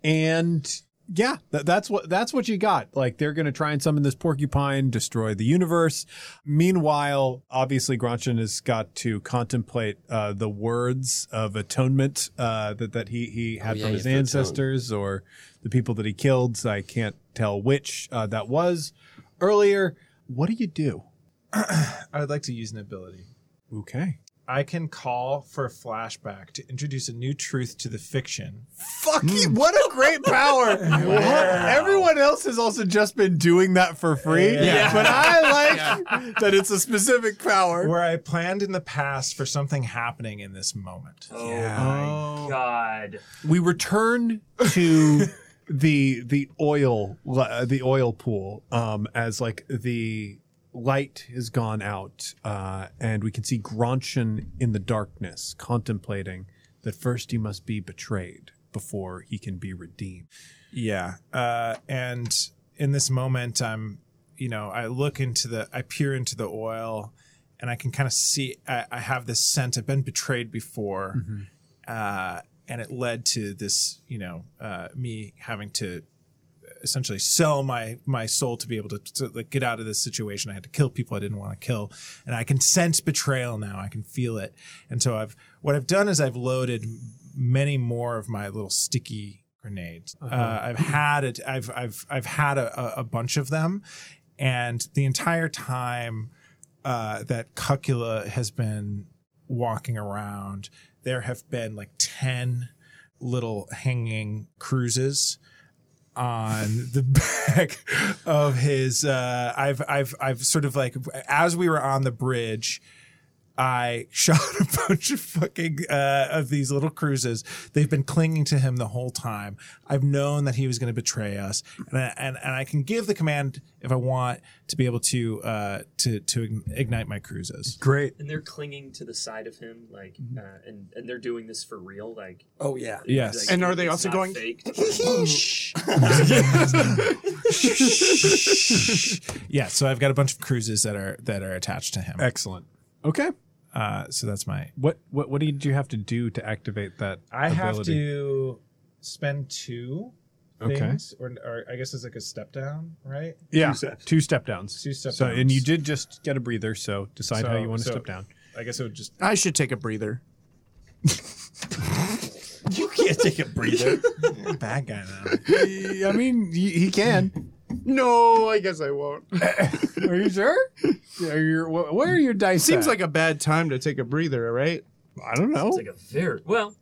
Speaker 7: and yeah, tha- that's what that's what you got. Like they're going to try and summon this porcupine, destroy the universe. Meanwhile, obviously, Granchin has got to contemplate uh, the words of atonement uh, that that he he had
Speaker 3: Oh, yeah,
Speaker 7: from
Speaker 3: he
Speaker 7: his
Speaker 3: had to atone.
Speaker 7: ancestors or the people that he killed. So I can't tell which uh, that was earlier. What do you do?
Speaker 5: I would like to use an ability.
Speaker 7: Okay.
Speaker 5: I can call for a flashback to introduce a new truth to the fiction.
Speaker 7: Fuck you! What a great power! Everyone else has also just been doing that for free,
Speaker 5: Yeah.
Speaker 7: but I like that it's a specific power.
Speaker 5: Where I planned in the past for something happening in this moment.
Speaker 2: Oh my god.
Speaker 7: We return to the the oil uh, the oil pool um, as like the light has gone out, uh, and we can see Gronchen in the darkness contemplating that first he must be betrayed before he can be redeemed.
Speaker 5: Yeah. Uh, and in this moment, I'm, you know, I look into the, I peer into the oil and I can kind of see, I, I have this scent. I've been betrayed before. Uh, and it led to this, you know, uh, me having to essentially sell my my soul to be able to, to like get out of this situation. I had to kill people I didn't want to kill, and I can sense betrayal now. I can feel it, and so I've what I've done is I've loaded many more of my little sticky grenades. uh I've had it. I've I've I've had a, a- a bunch of them, and the entire time uh, that Cucula has been walking around, there have been like ten little hanging cruises on the back of his uh I've I've I've sort of like as we were on the bridge I shot a bunch of fucking uh, of these little cruises. They've been clinging to him the whole time. I've known that he was going to betray us, and I, and and I can give the command if I want to be able to uh, to to ignite my cruises.
Speaker 7: Great.
Speaker 2: And they're clinging to the side of him, like,
Speaker 3: Mm-hmm.
Speaker 2: uh, and and they're doing this for real, like.
Speaker 3: Oh yeah.
Speaker 5: Yes,
Speaker 6: And are they
Speaker 2: it's
Speaker 6: also
Speaker 2: not
Speaker 6: going-
Speaker 2: Fake.
Speaker 5: yeah. So I've got a bunch of cruises that are that are attached to him.
Speaker 7: Excellent. Okay.
Speaker 5: Uh, so that's my
Speaker 7: What what what did you have to do to activate that?
Speaker 5: I have
Speaker 7: ability?
Speaker 5: to spend two
Speaker 7: Okay.
Speaker 5: things, or, or I guess it's like a step down, right?
Speaker 7: yeah two, step downs.
Speaker 5: Two step
Speaker 7: so, and
Speaker 5: downs.
Speaker 7: you did just get a breather. So decide how
Speaker 5: So-
Speaker 7: you want to
Speaker 5: so-
Speaker 7: step down.
Speaker 5: I guess it would just.
Speaker 6: I should take a breather.
Speaker 3: You can't take a breather.
Speaker 5: I'm a bad guy now.
Speaker 7: I mean, he, he can.
Speaker 6: No, I guess I won't.
Speaker 7: Are you sure? Are your wh- where are your dice?
Speaker 6: Seems
Speaker 7: at?
Speaker 6: like a bad time to take a breather, right?
Speaker 7: I don't know.
Speaker 2: It's like a very well.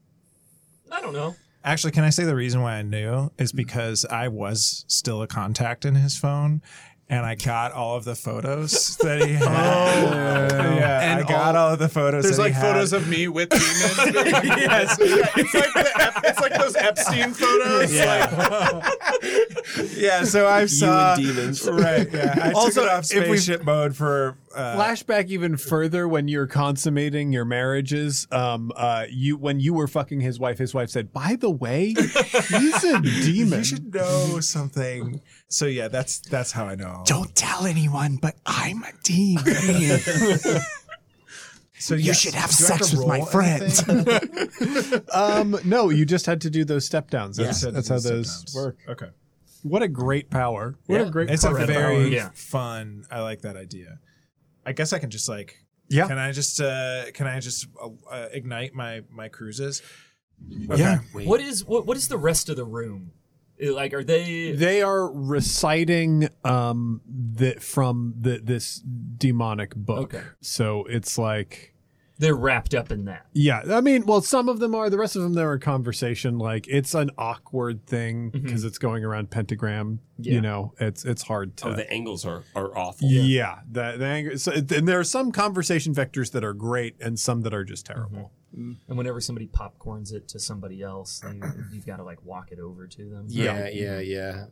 Speaker 2: I don't know.
Speaker 5: Actually, can I say the reason why I knew is because I was still a contact in his phone. And I got all of the photos that he had. Oh, yeah,
Speaker 6: And
Speaker 5: I got
Speaker 6: all-
Speaker 5: all, of the photos.
Speaker 6: There's
Speaker 5: that he
Speaker 6: like
Speaker 5: had.
Speaker 6: photos of me with demons. yes, it's like, the, Ep- it's like those Epstein photos.
Speaker 5: Yeah, yeah. So I saw
Speaker 3: demons.
Speaker 5: Right. Yeah. I
Speaker 6: Also,
Speaker 5: took it off
Speaker 6: if we-
Speaker 5: spaceship mode for uh,
Speaker 7: flashback even further when you're consummating your marriages um uh you when you were fucking his wife his wife said by the way he's a demon
Speaker 5: you should know something. So yeah, that's that's how I know.
Speaker 6: Don't tell anyone, but I'm a demon.
Speaker 5: So
Speaker 6: You
Speaker 5: yes.
Speaker 6: should have
Speaker 5: Do I
Speaker 6: sex
Speaker 5: to
Speaker 6: with my
Speaker 5: roll
Speaker 6: friend.
Speaker 5: anything?
Speaker 7: um no you just had to do those step downs
Speaker 5: Yeah.
Speaker 7: that's, that's how those work
Speaker 5: Okay.
Speaker 7: what a great power what a great
Speaker 5: It's a
Speaker 7: power.
Speaker 5: very
Speaker 2: Yeah.
Speaker 5: fun. I like that idea. I guess I can just like.
Speaker 7: Yeah.
Speaker 5: Can I just uh can I just uh, uh, ignite my my cruises?
Speaker 7: Yeah.
Speaker 2: What is what? What is the rest of the room? Uh, Like, are they?
Speaker 7: they are reciting um the, from the, this demonic book
Speaker 2: Okay.
Speaker 7: so it's like
Speaker 2: They're wrapped up in that.
Speaker 7: Yeah, I mean, well, some of them are. The rest of them, they're a conversation. Like it's an awkward thing because it's going around pentagram.
Speaker 2: Yeah.
Speaker 7: You know, it's it's hard to.
Speaker 3: Oh, the angles are, are awful.
Speaker 7: yeah. the, the anger. So, and there are some conversation vectors that are great, and some that are just terrible.
Speaker 2: And whenever somebody popcorns it to somebody else, they, you've got to like walk it over to them.
Speaker 3: Yeah, yeah, yeah.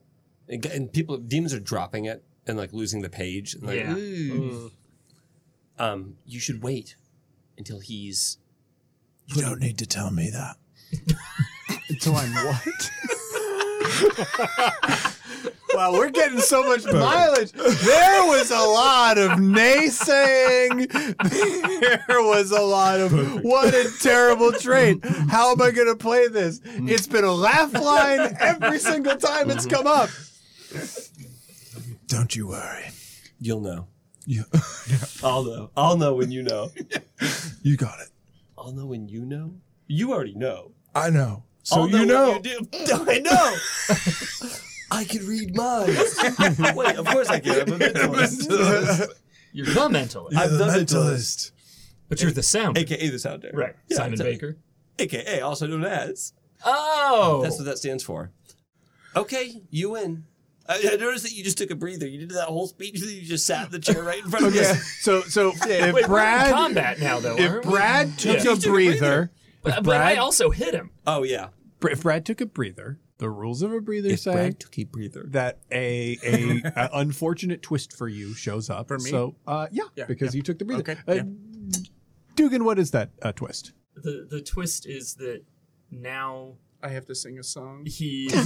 Speaker 3: And, and people, demons are dropping it and like losing the page. And like,
Speaker 2: Yeah.
Speaker 3: "Ooh." Um, you should wait until he's.
Speaker 5: You don't need to tell me that.
Speaker 7: So I'm what?
Speaker 6: wow, we're getting so much mileage. There was a lot of naysaying. There was a lot of what a terrible trait. How am I going to play this? It's been a laugh line every single time it's come up.
Speaker 5: Don't you worry.
Speaker 3: You'll know.
Speaker 5: You
Speaker 3: I'll know. I'll know when you know.
Speaker 5: you got it.
Speaker 3: I'll know when you know. You already know.
Speaker 5: I know. So
Speaker 3: I'll
Speaker 5: you know.
Speaker 3: what you do. I know. I can read minds. Wait, of course I can. I'm a mentalist.
Speaker 2: You're the mentalist,
Speaker 3: I'm the
Speaker 5: mentalist.
Speaker 2: but you're the sound.
Speaker 3: AKA the sound error.
Speaker 2: Right.
Speaker 3: Yeah,
Speaker 2: Simon
Speaker 3: it's a-
Speaker 2: Baker.
Speaker 3: AKA also known as.
Speaker 2: Oh.
Speaker 3: That's what that stands for. Okay, you win. I, I noticed that you just took a breather. You did that whole speech that you just sat in the chair right in front of
Speaker 7: Yeah.
Speaker 3: us.
Speaker 7: So so if
Speaker 2: Wait, we're in
Speaker 7: Brad
Speaker 2: combat now though.
Speaker 7: if
Speaker 2: aren't we?
Speaker 7: Brad took
Speaker 2: Yeah.
Speaker 7: a breather,
Speaker 2: but, but
Speaker 7: Brad-
Speaker 2: I also hit him.
Speaker 3: Oh yeah.
Speaker 7: Br- if Brad took a breather, the rules of a breather
Speaker 3: If
Speaker 7: say
Speaker 3: Brad took a breather.
Speaker 7: that a a, a unfortunate twist for you shows up.
Speaker 5: For me?
Speaker 7: So uh, yeah, because you took the breather.
Speaker 5: Okay,
Speaker 7: Uh,
Speaker 5: yeah.
Speaker 7: Dugan, what is that uh, twist?
Speaker 2: The the twist is that now
Speaker 6: I have to sing a song.
Speaker 2: he
Speaker 3: Brad.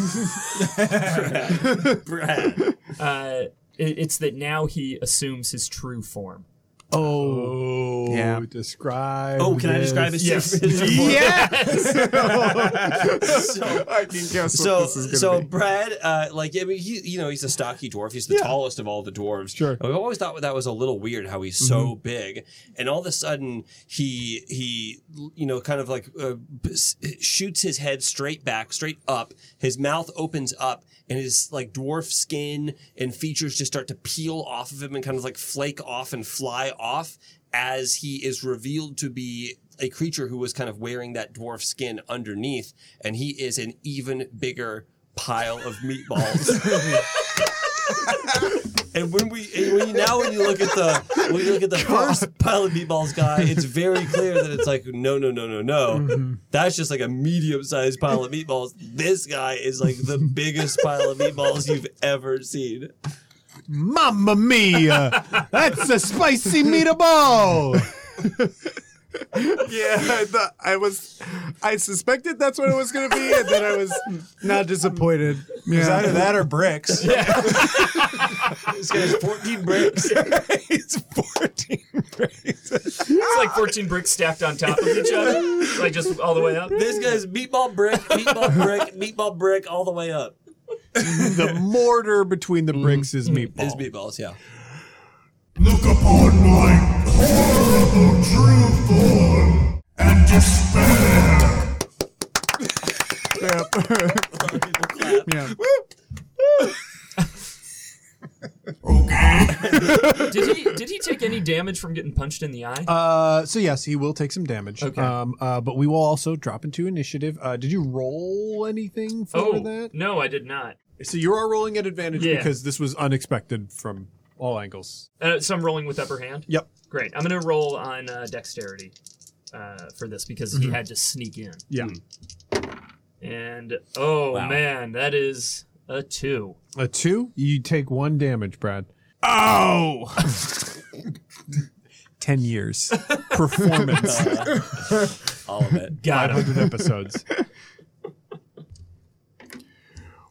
Speaker 2: uh, it- it's that now he assumes his true form.
Speaker 6: Oh,
Speaker 7: Oh,
Speaker 6: Yeah.
Speaker 7: Describe.
Speaker 3: Oh, can I describe
Speaker 7: this.
Speaker 3: his
Speaker 2: Yes.
Speaker 3: so,
Speaker 6: I can guess
Speaker 3: so, so Brad, uh, like, I mean, he, you know, he's a stocky dwarf. He's the tallest of all the dwarves.
Speaker 7: Sure.
Speaker 3: And we always thought that was a little weird how he's so big, and all of a sudden he he you know kind of like uh, b- s- shoots his head straight back, straight up. His mouth opens up, and his like dwarf skin and features just start to peel off of him and kind of like flake off and fly off as he is revealed to be a creature who was kind of wearing that dwarf skin underneath, and he is an even bigger pile of meatballs. And when we and when you, now when you look at the when you look at the first pile of meatballs guy, it's very clear that it's like no no no no no. That's just like a medium sized pile of meatballs. This guy is like the biggest pile of meatballs you've ever seen.
Speaker 7: Mamma mia! That's a spicy meatball.
Speaker 6: yeah, I, thought, I was, I suspected that's what it was going to be, and then I was not disappointed.
Speaker 5: It's
Speaker 6: Yeah.
Speaker 5: either that or bricks.
Speaker 3: This guy has 14 bricks.
Speaker 5: it's fourteen bricks.
Speaker 2: It's like 14 bricks stacked on top of each other, like just all the way up.
Speaker 3: This guy's meatball brick, meatball brick, meatball brick, all the way up.
Speaker 7: the mortar between the bricks is meatball.
Speaker 3: His meatballs, yeah.
Speaker 8: Look upon my horrible true form and despair.
Speaker 2: Did he did he take any damage from getting punched in the eye?
Speaker 7: Uh, so yes, he will take some damage.
Speaker 2: Okay.
Speaker 7: Um, uh, but we will also drop into initiative. Uh, did you roll anything for
Speaker 2: oh
Speaker 7: that?
Speaker 2: no, I did not.
Speaker 7: So you are rolling at advantage
Speaker 2: Yeah.
Speaker 7: because this was unexpected from all angles.
Speaker 2: Uh, so I'm rolling with upper hand.
Speaker 7: Yep.
Speaker 2: Great. I'm gonna roll on uh, dexterity uh, for this because he had to sneak in.
Speaker 7: Yeah.
Speaker 2: Hmm. And oh man, that is a two.
Speaker 7: A two, you take one damage, Brad.
Speaker 6: Oh, 10 years. Performance.
Speaker 3: All of it.
Speaker 2: Got him.
Speaker 6: 500 episodes.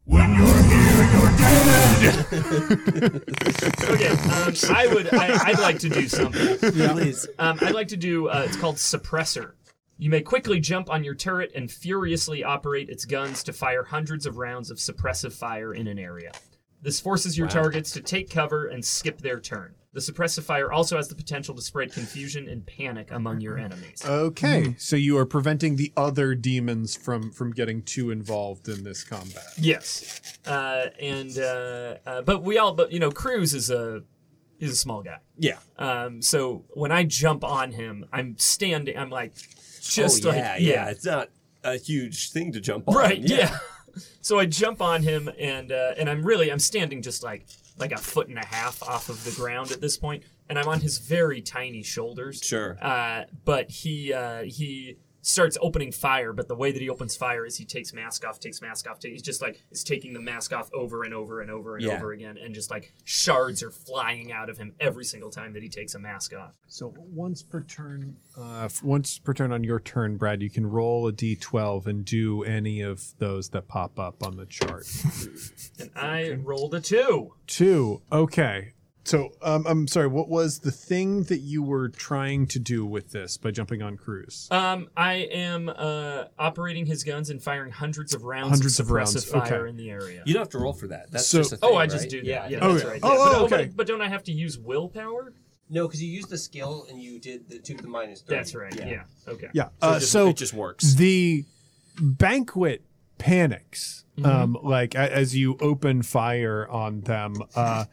Speaker 9: When you're here, you're dead.
Speaker 2: Okay, um, I would. I, I'd like to do something.
Speaker 3: Please.
Speaker 2: Um, I'd like to do. Uh, it's called suppressor. You may quickly jump on your turret and furiously operate its guns to fire hundreds of rounds of suppressive fire in an area. This forces your targets to take cover and skip their turn. The suppressive fire also has the potential to spread confusion and panic among your enemies.
Speaker 6: Okay.
Speaker 2: Hmm.
Speaker 6: So you are preventing the other demons from from getting too involved in this combat.
Speaker 2: Yes, uh, and uh, uh, but we all, but you know, Cruz is a is a small guy.
Speaker 3: Yeah.
Speaker 2: Um, so when I jump on him, I'm standing. I'm like, just
Speaker 3: oh,
Speaker 2: like,
Speaker 3: yeah, yeah, It's not a huge thing to jump on.
Speaker 2: right, yeah. so I jump on him, and uh, and I'm really I'm standing just like like a foot and a half off of the ground at this point, and I'm on his very tiny shoulders.
Speaker 3: Sure.
Speaker 2: Uh, but he uh, he starts opening fire, but the way that he opens fire is he takes mask off, takes mask off. ta- He's just like is taking the mask off over and over and over and
Speaker 3: Yeah.
Speaker 2: over again, and just like shards are flying out of him every single time that he takes a mask off.
Speaker 6: So once per turn, uh, f- once per turn on your turn, Brad, you can roll a d12 and do any of those that pop up on the chart.
Speaker 2: And I rolled a two.
Speaker 6: Two. Okay. So um, I'm sorry. What was the thing that you were trying to do with this by jumping on Cruz?
Speaker 2: Um, I am uh, operating his guns and firing hundreds of rounds
Speaker 6: Hundreds
Speaker 2: of
Speaker 6: of
Speaker 2: suppressive
Speaker 6: rounds,
Speaker 2: fire
Speaker 6: okay.
Speaker 2: in the area.
Speaker 3: You don't have to roll for that. That's
Speaker 6: So-
Speaker 3: just a thing,
Speaker 2: oh, I just
Speaker 3: right?
Speaker 2: do that. Yeah,
Speaker 6: Oh,
Speaker 2: that's
Speaker 6: yeah.
Speaker 2: right.
Speaker 6: Oh,
Speaker 2: yeah.
Speaker 6: oh,
Speaker 2: but,
Speaker 6: okay.
Speaker 2: But, but don't I have to use willpower?
Speaker 3: No, because you used the skill and you did the two to the minus three.
Speaker 2: That's right. Yeah. Okay.
Speaker 6: yeah.
Speaker 3: So,
Speaker 6: Uh,
Speaker 3: it just,
Speaker 6: so
Speaker 3: it just works.
Speaker 6: the banquet panics um like a- as you open fire on them uh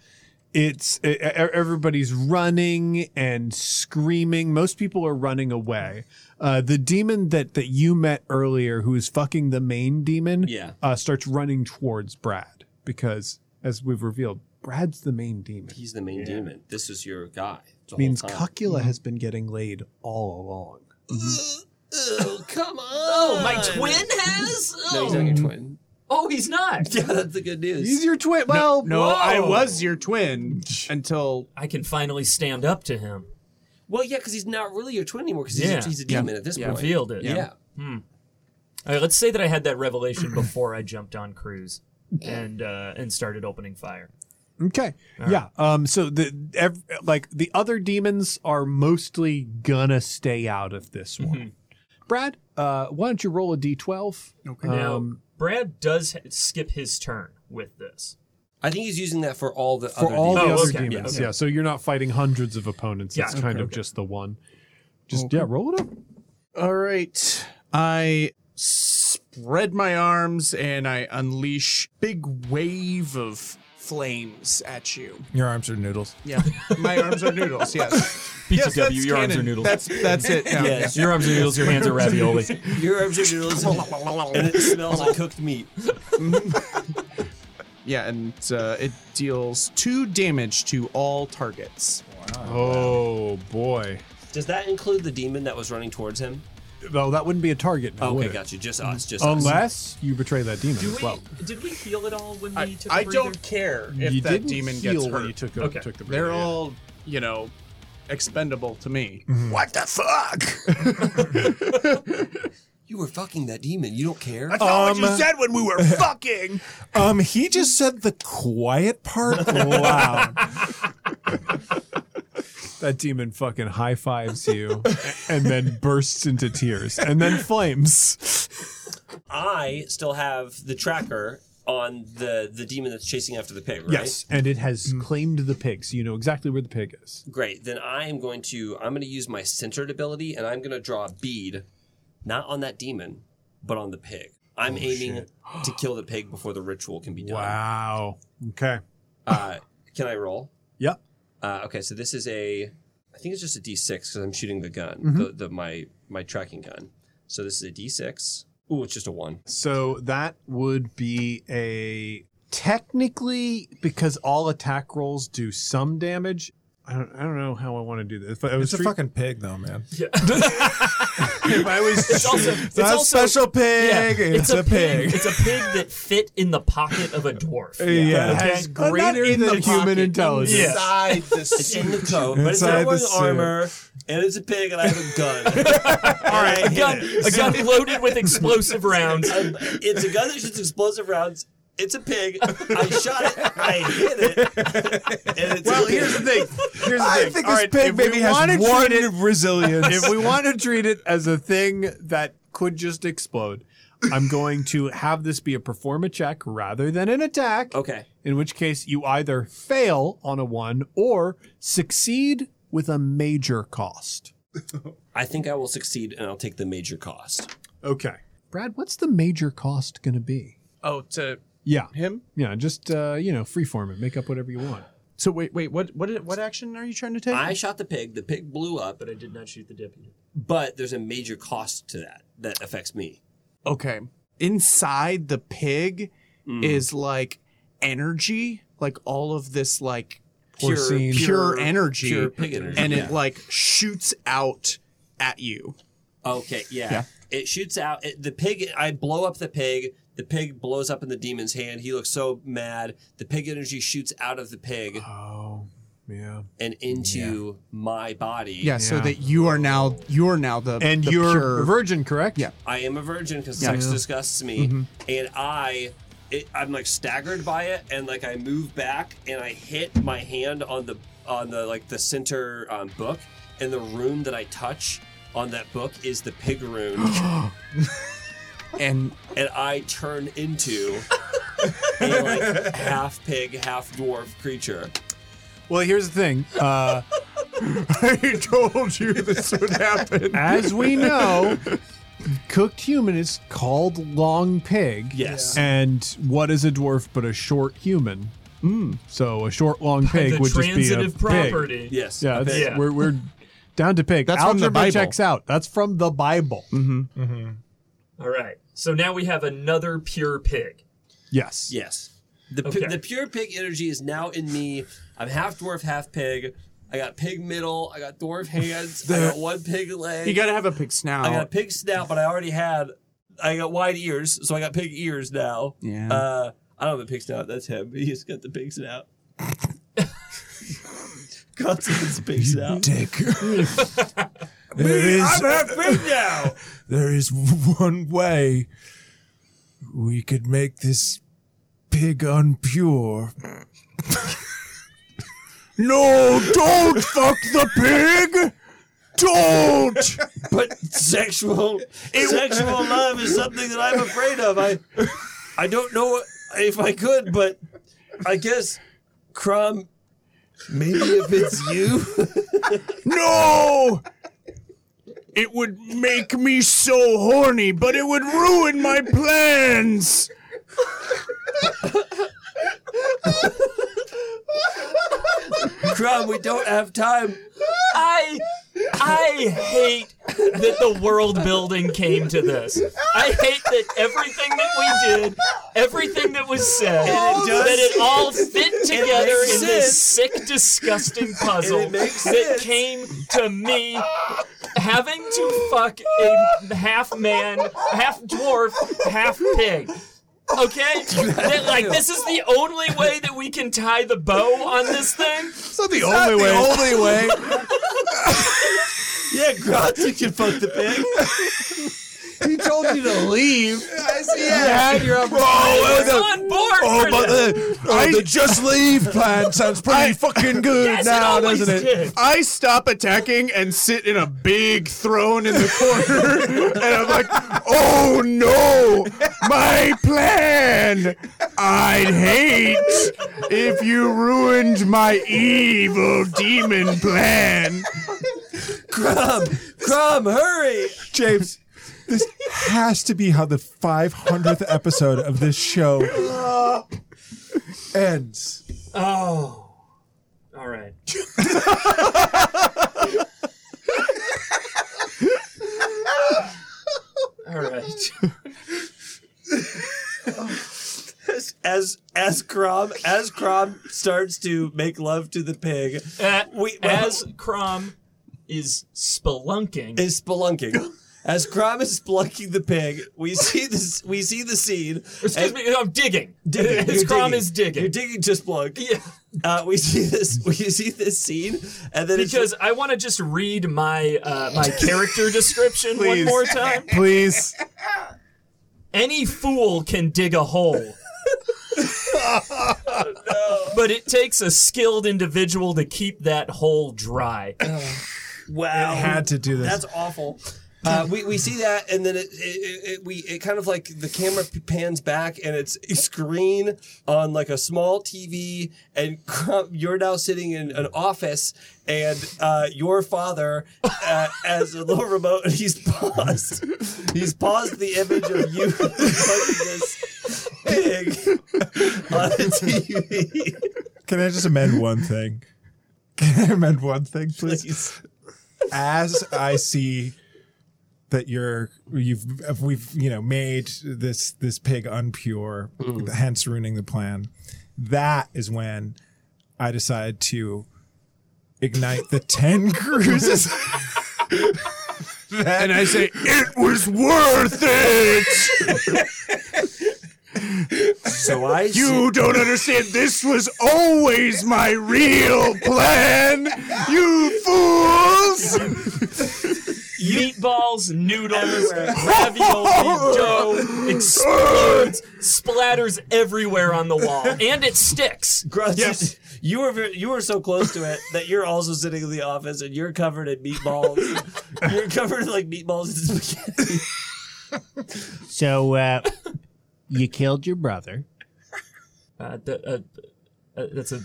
Speaker 6: it's e- e- everybody's running and screaming most people are running away uh the demon that that you met earlier who is fucking the main demon
Speaker 3: Yeah.
Speaker 6: uh starts running towards brad because as we've revealed brad's the main demon
Speaker 3: He's the main demon. This is your guy. the
Speaker 6: means
Speaker 3: whole time.
Speaker 6: Cuckula has been getting laid all along
Speaker 3: Oh, come on. Oh,
Speaker 2: My twin has. Oh,
Speaker 3: No, he's not your twin.
Speaker 2: oh, he's not.
Speaker 3: Yeah, that's the good news.
Speaker 6: he's your twin well
Speaker 5: No, I
Speaker 2: Whoa.
Speaker 5: was your twin until
Speaker 2: I can finally stand up to him.
Speaker 3: well, yeah, because he's not really your twin anymore because he's,
Speaker 2: Yeah.
Speaker 3: a- he's a demon at this point.
Speaker 2: Revealed it.
Speaker 3: Yeah.
Speaker 2: All right. Let's say that I had that revelation before I jumped on Cruz and uh, and started opening fire.
Speaker 6: Okay. yeah. Um. So the ev- like the other demons are mostly gonna stay out of this
Speaker 5: Mm-hmm.
Speaker 6: one. Brad, uh, why don't you roll a d12?
Speaker 5: Okay.
Speaker 2: Now,
Speaker 6: Um,
Speaker 2: Brad does h- skip his turn with this.
Speaker 3: I think he's using that for all the
Speaker 6: for
Speaker 3: other
Speaker 6: all
Speaker 3: demons.
Speaker 6: the
Speaker 2: Oh,
Speaker 6: other
Speaker 2: okay,
Speaker 6: demons.
Speaker 2: okay.
Speaker 6: Yeah. So you're not fighting hundreds of opponents.
Speaker 2: Yeah,
Speaker 6: it's kind
Speaker 2: okay,
Speaker 6: of
Speaker 2: okay.
Speaker 6: just the one. Just yeah, roll it up.
Speaker 5: All right. I spread my arms and I unleash big wave of flames at you.
Speaker 10: Your arms are noodles.
Speaker 5: Yeah. my arms are noodles, yes.
Speaker 1: BTW, your arms are noodles.
Speaker 5: That's that's it. now.
Speaker 3: Yes,
Speaker 1: your arms are noodles, your hands are ravioli.
Speaker 3: your arms are noodles and and it smells like cooked meat.
Speaker 5: Yeah, and uh, it deals two damage to all targets.
Speaker 6: Oh boy.
Speaker 3: Does that include the demon that was running towards him?
Speaker 6: Well, that wouldn't be a target. Now, would
Speaker 3: Okay,
Speaker 6: it?
Speaker 3: gotcha. Just us. Just us.
Speaker 6: Unless you betray that demon
Speaker 2: Do
Speaker 6: as
Speaker 2: we?
Speaker 6: well.
Speaker 2: Did we heal at all when we took? a
Speaker 5: I
Speaker 2: breather?
Speaker 5: don't care if
Speaker 6: you
Speaker 5: that
Speaker 6: didn't
Speaker 5: demon
Speaker 6: heal
Speaker 5: gets
Speaker 6: when
Speaker 5: hurt.
Speaker 6: you took, a,
Speaker 2: Okay.
Speaker 6: took the.
Speaker 5: They're
Speaker 6: breather.
Speaker 5: all, you know, expendable to me. What the fuck?
Speaker 3: You were fucking that demon. You don't care.
Speaker 5: That's not what
Speaker 6: Um,
Speaker 5: you said when we were fucking.
Speaker 10: Um, he just said the quiet part loud.
Speaker 6: That demon fucking high fives you and then bursts into tears and then flames.
Speaker 3: I still have the tracker on the the demon that's chasing after the pig, right?
Speaker 6: Yes. And it has claimed the pig, so you know exactly where the pig is.
Speaker 3: Great. Then I am going to I'm going to use my centered ability and I'm going to draw a bead, not on that demon, but on the pig. I'm aiming to kill the pig before the ritual can be done.
Speaker 6: Wow. Okay.
Speaker 3: Uh, can I roll?
Speaker 6: Yep.
Speaker 3: Uh, okay, so this is a I think it's just a D6 because I'm shooting the gun, the, the my my tracking gun. So this is a D6. Ooh, it's just a one.
Speaker 6: So that would be a technically because all attack rolls do some damage. I don't, I don't know how I want to do this, but I was
Speaker 5: It's a
Speaker 6: tre-
Speaker 5: fucking pig, though, man.
Speaker 6: if I was
Speaker 2: It's also it's
Speaker 6: Not
Speaker 2: also
Speaker 6: special pig.
Speaker 2: yeah,
Speaker 6: it's, a pig.
Speaker 2: It's a pig that fit in the pocket of a dwarf.
Speaker 6: Yeah, it
Speaker 2: Okay?
Speaker 6: has
Speaker 7: But not
Speaker 6: greater
Speaker 7: in
Speaker 6: than
Speaker 7: the
Speaker 6: human
Speaker 7: pocket,
Speaker 6: intelligence.
Speaker 2: Yeah.
Speaker 3: Inside the suit. the coat, but it's
Speaker 5: Inside
Speaker 3: not
Speaker 5: the
Speaker 3: wearing
Speaker 5: suit.
Speaker 3: armor, and it's a pig, and I have a gun. All right,
Speaker 2: A gun, a gun loaded with explosive rounds.
Speaker 3: um, It's a gun that shoots explosive rounds. It's a pig. I shot it. I hit it. And it's
Speaker 7: Well,
Speaker 3: a pig.
Speaker 7: here's the thing. Here's the
Speaker 6: I
Speaker 7: thing.
Speaker 6: think
Speaker 7: All
Speaker 6: this
Speaker 7: right,
Speaker 6: pig
Speaker 7: if we
Speaker 6: maybe has
Speaker 7: wanna treat
Speaker 6: one
Speaker 7: it-
Speaker 6: resilience. if we want to treat it as a thing that could just explode, I'm going to have this be a perform a check rather than an attack.
Speaker 3: Okay.
Speaker 6: In which case, you either fail on a one or succeed with a major cost.
Speaker 3: I think I will succeed, and I'll take the major cost.
Speaker 6: Okay. Brad, what's the major cost going to be?
Speaker 7: Oh, to
Speaker 6: Yeah.
Speaker 7: him.
Speaker 6: Yeah. Just, uh, you know, freeform it, make up whatever you want.
Speaker 7: So wait, wait. What what what action are you trying to take?
Speaker 3: I shot the pig. The pig blew up,
Speaker 2: But I did not shoot the deputy.
Speaker 3: but there's a major cost to that that affects me.
Speaker 7: okay. Inside the pig is like energy, like all of this like
Speaker 6: Pure- Porcine.
Speaker 7: pure energy,
Speaker 3: pure pig energy.
Speaker 7: and
Speaker 3: yeah.
Speaker 7: it like shoots out at you.
Speaker 3: Okay, yeah.
Speaker 7: Yeah.
Speaker 3: It shoots out. It, the pig, I blow up the pig. The pig blows up in the demon's hand. He looks so mad. The pig energy shoots out of the pig
Speaker 6: Oh, yeah.
Speaker 3: and into my body.
Speaker 7: Yeah, so
Speaker 6: Yeah.
Speaker 7: that you are now you are now the
Speaker 6: And
Speaker 7: the
Speaker 6: you're
Speaker 7: pure-
Speaker 6: a virgin, correct?
Speaker 7: Yeah.
Speaker 3: I am a virgin because sex disgusts me. And I. It, I'm like staggered by it, and like I move back, and I hit my hand on the on the like the center um, book, and the rune that I touch on that book is the pig rune.
Speaker 7: and
Speaker 3: and I turn into a like, half pig, half dwarf creature.
Speaker 6: Well, here's the thing. Uh,
Speaker 7: I told you this would happen.
Speaker 6: as we know, cooked human is called long pig.
Speaker 3: Yes.
Speaker 6: And what is a dwarf but a short human?
Speaker 7: Hmm.
Speaker 6: Mm. So a short long pig
Speaker 2: the
Speaker 6: would just be a
Speaker 2: transitive
Speaker 6: pig.
Speaker 2: property.
Speaker 3: Yes.
Speaker 6: Yeah,
Speaker 3: a
Speaker 6: it's-
Speaker 3: pig.
Speaker 2: Yeah.
Speaker 6: We're, we're down to pig.
Speaker 7: That's from the
Speaker 6: Algebra
Speaker 7: Bible.
Speaker 6: checks out. That's from the Bible.
Speaker 2: All right. So now we have another pure pig.
Speaker 6: Yes.
Speaker 3: Yes. The,
Speaker 2: Okay.
Speaker 3: pi- the pure pig energy is now in me. I'm half dwarf, half pig. I got pig middle. I got dwarf hands. I got one pig leg.
Speaker 7: You gotta have a pig snout.
Speaker 3: I got pig snout, but I already had. I got wide ears, so I got pig ears now.
Speaker 7: Yeah.
Speaker 3: Uh, I don't have a pig snout. That's him. He's got the pig snout. Constantine's pig snout.
Speaker 5: Dick. there is
Speaker 3: half pig now.
Speaker 5: there is one way we could make this pig unpure.
Speaker 6: No, don't fuck the pig. Don't.
Speaker 3: but sexual sexual love is something that I'm afraid of. I I don't know if I could, but I guess Crom. Maybe if it's you,
Speaker 7: No! It would make me so horny, but it would ruin my plans.
Speaker 3: Crom, we don't have time.
Speaker 2: I I hate that the world building came to this. I hate that everything that we did, everything that was said,
Speaker 3: And it does-
Speaker 2: that it all fit together
Speaker 3: makes
Speaker 2: in this
Speaker 3: sense.
Speaker 2: sick, disgusting puzzle
Speaker 3: And it makes
Speaker 2: that
Speaker 3: sense.
Speaker 2: came to me having to fuck a half man, half dwarf, half pig. Okay? That, like, this is the only way that we can tie the bow on this thing.
Speaker 6: It's not the only way.
Speaker 7: only way.
Speaker 3: Yeah, Gronson can fuck the pig.
Speaker 7: He told you to leave.
Speaker 6: Yeah, you're up. Oh,
Speaker 2: I was on board
Speaker 7: oh,
Speaker 2: for this.
Speaker 6: the, just leave plan sounds pretty fucking good
Speaker 2: Yes, it always did.
Speaker 7: I stop attacking and sit in a big throne in the corner. and I'm like, oh no, my plan. I'd hate if you ruined my evil demon plan.
Speaker 3: Crom, Crom, hurry!
Speaker 5: James, this has to be how the 500th episode of this show ends.
Speaker 2: Oh. All right. All right.
Speaker 3: This as as Crom as Crom starts to make love to the pig,
Speaker 2: Uh,
Speaker 3: we
Speaker 2: as Crom is spelunking.
Speaker 3: is spelunking. As Crom is spelunking the pig, we see this. We see the scene.
Speaker 2: Excuse
Speaker 3: and-
Speaker 2: me, no, I'm digging.
Speaker 3: Digging,
Speaker 2: As
Speaker 3: you're
Speaker 2: Crom is digging.
Speaker 3: You're digging to splunk.
Speaker 2: Yeah.
Speaker 3: Uh, we see this. We see this scene, and then it's
Speaker 2: Because I want to just read my uh, my character description one more time.
Speaker 6: Please.
Speaker 2: Any fool can dig a hole. But it takes a skilled individual to keep that hole dry.
Speaker 3: wow.
Speaker 5: had to do this.
Speaker 3: That's awful. Uh, we, we see that, and then it, it, it, it- we it kind of like the camera p- pans back, and it's a screen on like a small TV, and Crump, you're now sitting in an office, and uh, your father uh, has a little remote, and he's paused. He's paused the image of you fucking this pig on the TV.
Speaker 5: Can I just amend one thing? Can I amend one thing, please?
Speaker 3: Please.
Speaker 5: As I see that you're you've we've you know made this this pig unpure, hence ruining the plan. That is when I decide to ignite the ten cruises. and I say it was worth it.
Speaker 3: So I see-
Speaker 5: don't understand. This was always my real plan. You fools.
Speaker 2: Meatballs, noodles, ravioli, dough explodes, splatters everywhere on the wall, and it sticks.
Speaker 3: Gross. You were ver- you were so close to it that you're also sitting in the office and you're covered in meatballs. you're covered in like meatballs and spaghetti.
Speaker 6: So, uh, you killed your brother.
Speaker 2: Uh, th- uh, uh, that's a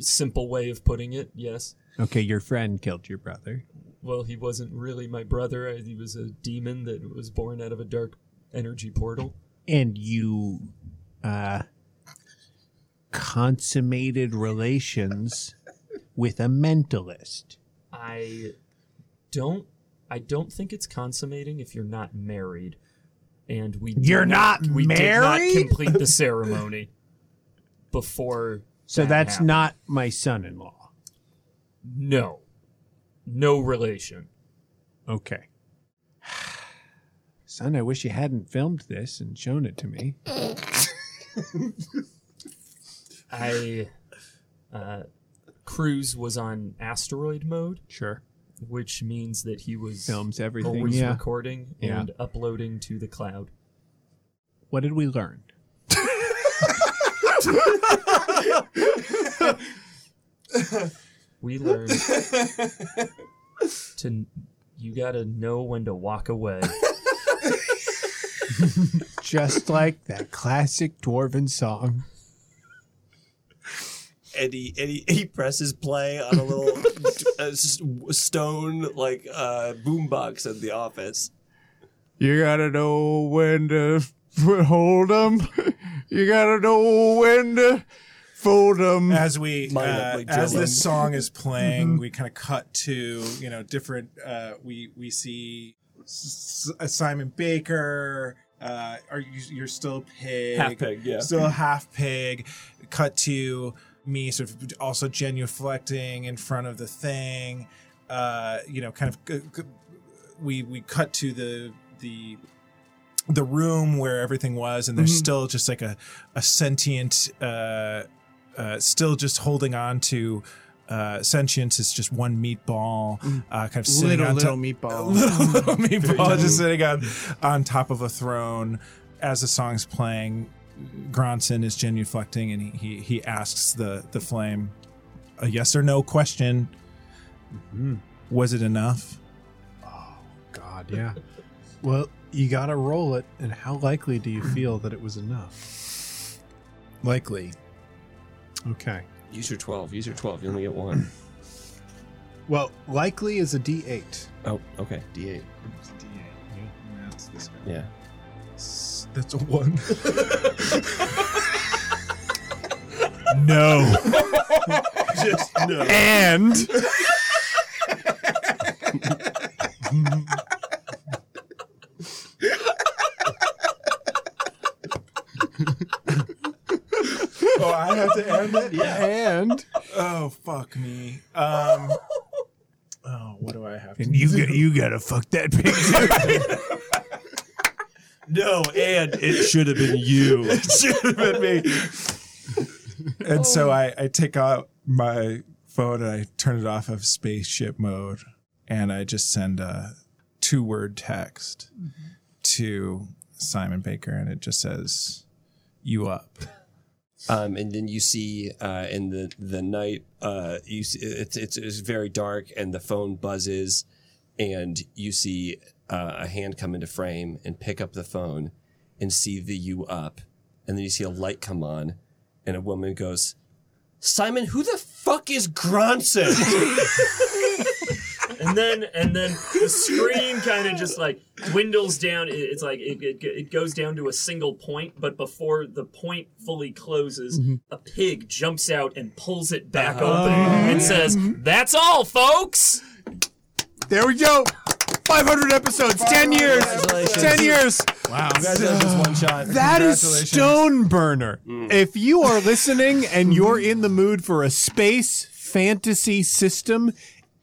Speaker 2: simple way of putting it. Yes.
Speaker 6: Okay, your friend killed your brother.
Speaker 2: Well, he wasn't really my brother. I- He was a demon that was born out of a dark energy portal.
Speaker 6: And you, uh, consummated relations with a mentalist.
Speaker 2: I don't. I don't think it's consummating if you're not married. And we did
Speaker 6: You're not
Speaker 2: we
Speaker 6: married?
Speaker 2: did not complete the ceremony before.
Speaker 6: So
Speaker 2: that
Speaker 6: that's
Speaker 2: happened.
Speaker 6: not my son in law.
Speaker 2: no, no relation.
Speaker 6: Okay. Son, I wish you hadn't filmed this and shown it to me.
Speaker 2: I uh, Cruz was on asteroid mode,
Speaker 6: Sure.
Speaker 2: which means that he was
Speaker 6: Films everything.
Speaker 2: always
Speaker 6: yeah.
Speaker 2: recording
Speaker 6: Yeah.
Speaker 2: and uploading to the cloud.
Speaker 6: What did we learn?
Speaker 2: We learned to you gotta know when to walk away.
Speaker 6: Just like that classic dwarven song.
Speaker 3: And he, and he, he presses play on a little uh, s- stone like uh, boombox in the office.
Speaker 11: You gotta know when to f- hold 'em. You gotta know when to fold 'em.
Speaker 6: Ah,
Speaker 5: as we
Speaker 3: Mine
Speaker 5: uh,
Speaker 3: look like
Speaker 5: as
Speaker 3: Jell-O.
Speaker 5: this song is playing, we kind of cut to you know different. Uh, we we see S- S- Simon Baker. Uh, are you you're still pig?
Speaker 3: Half pig, yeah.
Speaker 5: Still half pig. Cut to me, sort of also genuflecting in front of the thing. Uh, you know, kind of. g- g- We we cut to the the the room where everything was, and there's
Speaker 3: Mm-hmm.
Speaker 5: still just like a a sentient, uh, uh, still just holding on to uh, sentience. It's just one meatball, uh, kind of sitting
Speaker 11: Mm. little
Speaker 5: on
Speaker 11: little
Speaker 5: top,
Speaker 11: meatball.
Speaker 5: little, little meatball, just sitting on on top of a throne. As the song's playing, Gronson is genuflecting, and he he, he asks the the flame a yes or no question.
Speaker 11: Mm-hmm.
Speaker 5: Was it enough?
Speaker 6: God, yeah. well, you gotta roll it, and how likely do you feel that it was enough?
Speaker 5: Likely.
Speaker 6: Okay.
Speaker 3: Use your 12. Use your 12. You only get one.
Speaker 6: Well, likely is a D8.
Speaker 3: Oh, okay. D8. Yeah.
Speaker 5: That's a one.
Speaker 6: No. And
Speaker 5: Oh, I have to end it.
Speaker 7: And
Speaker 5: Oh fuck me. Um. Oh, what do I have? To
Speaker 6: you got you gotta fuck that pig.
Speaker 3: No, and it should have been you.
Speaker 5: it should have been me. and
Speaker 7: Oh.
Speaker 5: so I, I take out my phone and I turn it off of spaceship mode and I just send a two word text
Speaker 7: Mm-hmm.
Speaker 5: to Simon Baker and it just says, You up.
Speaker 3: Um, and then you see uh, in the the night, uh, you see, it's, it's it's very dark, and the phone buzzes, and you see uh, a hand come into frame and pick up the phone, and see the you up, and then you see a light come on, and a woman goes, "Simon, who the fuck is Gronson?"
Speaker 2: and then and then the screen kind of just like dwindles down. It- It's like it, it, it goes down to a single point, but before the point fully closes,
Speaker 3: Mm-hmm.
Speaker 2: a pig jumps out and pulls it back
Speaker 3: Uh-huh.
Speaker 2: open and says, "That's all, folks."
Speaker 7: there we go. 500 episodes, 10 years, 10 years.
Speaker 5: Wow. Congratulations, one shot.
Speaker 7: That is
Speaker 5: Congratulations.
Speaker 7: Stone Burner. If you are listening and you're in the mood for a space fantasy system,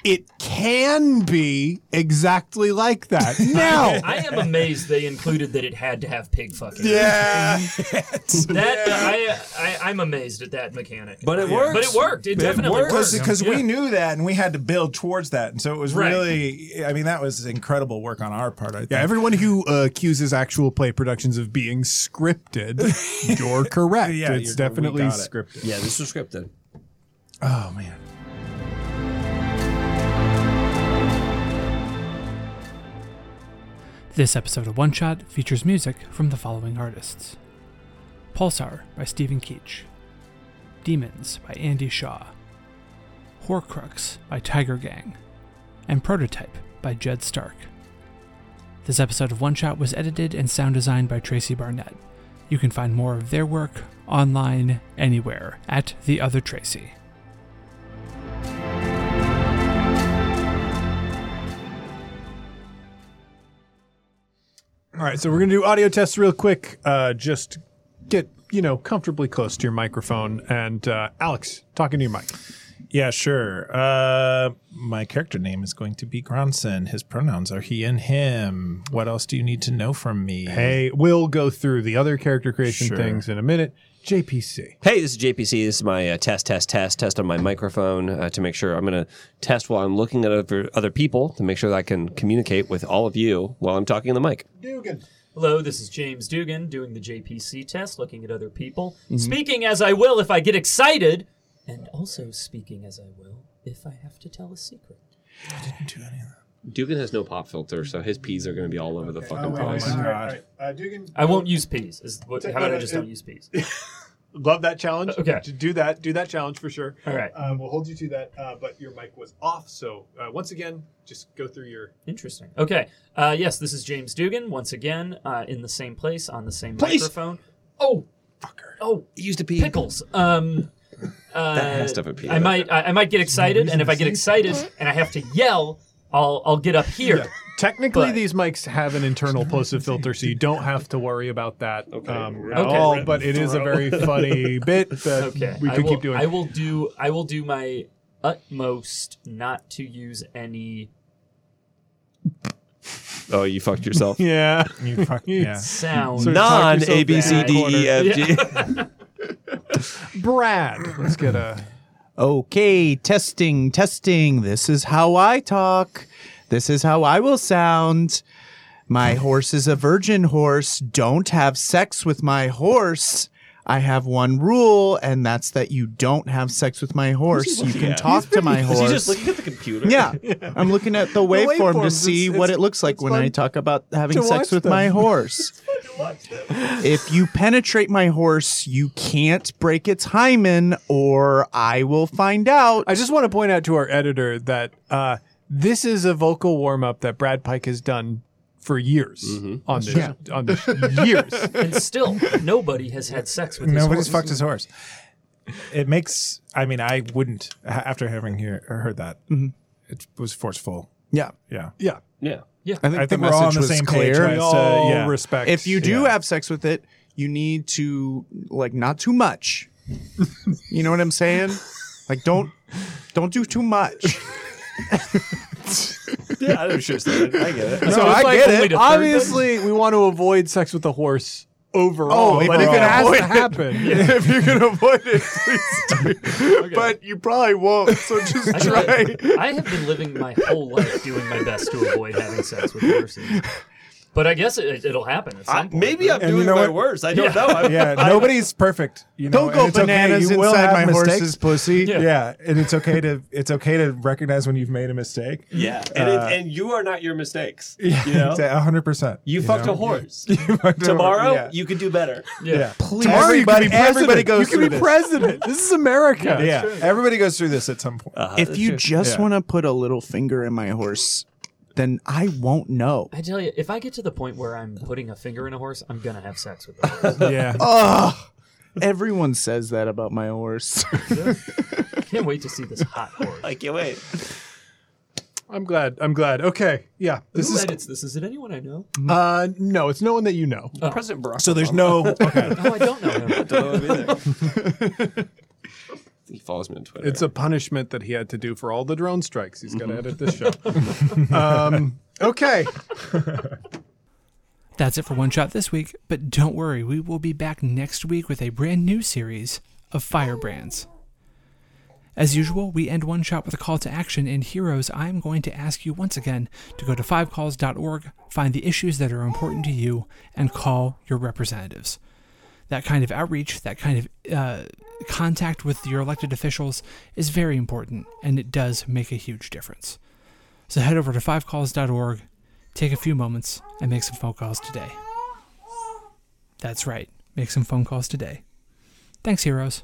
Speaker 7: it can be exactly like that. Now,
Speaker 2: I am amazed they included that it had to have pig fucking.
Speaker 7: yeah,
Speaker 2: That I, I I'm amazed at that mechanic.
Speaker 3: But it works.
Speaker 2: But it worked. It, definitely
Speaker 3: works.
Speaker 2: worked.
Speaker 5: Because
Speaker 2: Yeah.
Speaker 5: we knew that and we had to build towards that. And so it was
Speaker 2: Right.
Speaker 5: really, I mean, that was incredible work on our part. I think.
Speaker 6: Yeah, everyone who uh, accuses actual play productions of being scripted, you're correct.
Speaker 5: Yeah,
Speaker 6: it's
Speaker 5: you're- we
Speaker 6: definitely
Speaker 5: got it.
Speaker 6: scripted.
Speaker 3: yeah, this was scripted.
Speaker 5: oh, man.
Speaker 1: This episode of One Shot features music from the following artists Pulsar by Stephen Keach, Demons by Andy Shaw, Horcrux by Tiger Gang, and Prototype by Jed Stark. This episode of One Shot was edited and sound designed by Tracy Barnett. You can find more of their work online anywhere at The Other Tracy.
Speaker 6: All right, so we're gonna do audio tests real quick. Uh, just get you know comfortably close to your microphone, and uh, Alex talking to your mic.
Speaker 5: Yeah, sure. Uh, my character name is going to be Gronson. His pronouns are he and him. What else do you need to know from me?
Speaker 6: Hey, we'll go through the other character creation
Speaker 5: Sure.
Speaker 6: things in a minute. JPC.
Speaker 3: Hey, this is JPC. This is my uh, test, test, test, test on my microphone uh, to make sure I'm going to test while I'm looking at other, other people to make sure that I can communicate with all of you while I'm talking in the mic.
Speaker 2: Hello, this is James Dugan doing the JPC test, looking at other people, speaking as I will if I get excited, and also speaking as I will if I have to tell a secret.
Speaker 3: Dugan has no pop filter, so his peas are going to be all over the
Speaker 12: Oh,
Speaker 3: fucking place.
Speaker 5: God.
Speaker 2: I won't use peas. Is what, how about I just don't use peas?
Speaker 6: Love that challenge.
Speaker 2: Okay.
Speaker 6: To do that, do that challenge for sure.
Speaker 2: All right.
Speaker 6: Uh, we'll hold you to that, uh, but your mic was off. So uh, once again, just go through your
Speaker 2: Interesting. Okay. Uh, yes, this is James Dugan once again uh, in the same place on the same microphone. Oh, fucker. Oh,
Speaker 3: He used a pea.
Speaker 2: pickles. Um, uh,
Speaker 3: has to have a pea
Speaker 2: I
Speaker 3: in it.
Speaker 2: might. I, I might get excited, and if I get excited and I have to yell, I'll I'll get up here.
Speaker 6: Technically,
Speaker 2: But-
Speaker 6: these mics have an internal plosive filter, so you don't have to worry about that um, at
Speaker 2: Okay.
Speaker 6: all. But it is a very funny bit that
Speaker 2: Okay.
Speaker 6: we
Speaker 2: I
Speaker 6: could
Speaker 2: will,
Speaker 6: keep doing.
Speaker 2: I will do. I will do my utmost not to use any
Speaker 3: Oh, you fucked yourself.
Speaker 6: yeah,
Speaker 5: You fuck, yeah.
Speaker 2: sound.
Speaker 3: Non
Speaker 6: Talk yourself
Speaker 3: A B C D E F G.
Speaker 6: Brad. Let's get a.
Speaker 7: Okay, testing, testing. This is how I talk. This is how I will sound. My horse is a virgin horse. Don't have sex with my horse. I have one rule, and that's that you don't have sex with my horse. You can talk to my horse.
Speaker 3: Is he just looking at the computer?
Speaker 7: yeah, I'm looking at the waveform
Speaker 6: waveforms,
Speaker 7: to
Speaker 6: it's-
Speaker 7: see what
Speaker 6: it's-
Speaker 7: it looks like
Speaker 6: it's
Speaker 7: when
Speaker 6: fun
Speaker 7: I talk about having
Speaker 6: to
Speaker 7: sex
Speaker 6: watch
Speaker 7: with
Speaker 6: them.
Speaker 7: my horse. if you penetrate my horse, you can't break its hymen, or I will find out.
Speaker 6: I just want to point out to our editor that uh, this is a vocal warm up that Brad Pike has done for years
Speaker 12: Mm-hmm.
Speaker 6: on this on this years.
Speaker 2: And still, nobody has had sex with this
Speaker 5: Nobody's
Speaker 2: horse.
Speaker 5: fucked his horse. It makes, I mean, I wouldn't, a- after having hear, or heard that, it was forceful.
Speaker 7: Yeah,
Speaker 5: Mm-hmm. Yeah.
Speaker 6: Yeah,
Speaker 3: Yeah.
Speaker 7: I think,
Speaker 5: I think
Speaker 7: the
Speaker 5: we're all on
Speaker 7: message
Speaker 5: the
Speaker 7: was
Speaker 5: same page.
Speaker 7: clear.
Speaker 5: right?
Speaker 6: we
Speaker 5: So,
Speaker 6: all
Speaker 5: yeah.
Speaker 6: respect.
Speaker 7: If you do
Speaker 5: Yeah.
Speaker 7: have sex with it, you need to like not too much. You know what I'm saying? Like don't don't do too much.
Speaker 3: Yeah, I'm sure it's that. I get it.
Speaker 13: so
Speaker 14: it's
Speaker 13: I
Speaker 14: like only
Speaker 13: get it.
Speaker 14: the third
Speaker 13: Obviously, we want to avoid sex with the horse overall,
Speaker 7: Oh, if
Speaker 13: but
Speaker 7: you
Speaker 13: if it
Speaker 7: can
Speaker 13: has
Speaker 7: avoid
Speaker 13: to
Speaker 7: it.
Speaker 13: happen,
Speaker 7: if you can avoid it, please do. But you probably won't. So just
Speaker 2: I, feel
Speaker 7: try.
Speaker 2: like I have been living my whole life doing my best to avoid having sex with horses. But I guess it, it'll happen at some
Speaker 3: I,
Speaker 2: point.
Speaker 3: maybe I'm
Speaker 12: And
Speaker 3: doing
Speaker 12: you know
Speaker 3: my
Speaker 12: what?
Speaker 3: worst. I don't know. I'm,
Speaker 12: Yeah, nobody's perfect. You know,
Speaker 7: Don't
Speaker 12: and
Speaker 7: go
Speaker 12: it's okay,
Speaker 7: bananas
Speaker 12: you will
Speaker 7: inside
Speaker 12: have
Speaker 7: my
Speaker 12: mistakes.
Speaker 7: horse's pussy.
Speaker 12: Yeah. and it's okay to it's okay to recognize when you've made a mistake.
Speaker 3: yeah, and, it, and you are not your mistakes.
Speaker 12: Uh, Yeah,
Speaker 3: you know,
Speaker 12: hundred percent.
Speaker 3: you, fucked a horse.
Speaker 12: fucked a
Speaker 3: Tomorrow,
Speaker 12: horse, yeah.
Speaker 3: you could do better.
Speaker 2: Yeah.
Speaker 7: Please. Everybody, everybody goes
Speaker 13: you
Speaker 7: through
Speaker 13: can be
Speaker 7: this.
Speaker 13: president. This is America.
Speaker 12: yeah, Uh, everybody goes through this at some point.
Speaker 7: if you just
Speaker 12: Yeah.
Speaker 7: want to put a little finger in my horse, then I won't know.
Speaker 2: I tell you, if I get to the point where I'm putting a finger in a horse, I'm gonna have sex with the horse.
Speaker 13: yeah.
Speaker 7: Ugh. Everyone says that about my horse.
Speaker 2: Can't wait to see this hot horse.
Speaker 3: I can't wait.
Speaker 13: I'm glad. I'm glad. Okay. Yeah. This
Speaker 2: Who
Speaker 13: is
Speaker 2: edits this? Is it anyone I know?
Speaker 13: uh no, it's no one that you know.
Speaker 3: President Barack.
Speaker 12: So there's no okay.
Speaker 2: No, I don't know him.
Speaker 3: Obama either. he follows me on Twitter.
Speaker 13: It's a punishment that he had to do for all the drone strikes. He's
Speaker 12: Mm-hmm.
Speaker 13: got to edit this show. um, okay.
Speaker 1: That's it for One Shot this week, but don't worry, we will be back next week with a brand new series of Firebrands. As usual, we end One Shot with a call to action, and heroes, I am going to ask you once again to go to fivecalls.org, find the issues that are important to you, and call your representatives. That kind of outreach, that kind of uh, contact with your elected officials is very important, and it does make a huge difference. So head over to fivecalls.org, take a few moments, and make some phone calls today. That's right, make some phone calls today. Thanks, heroes.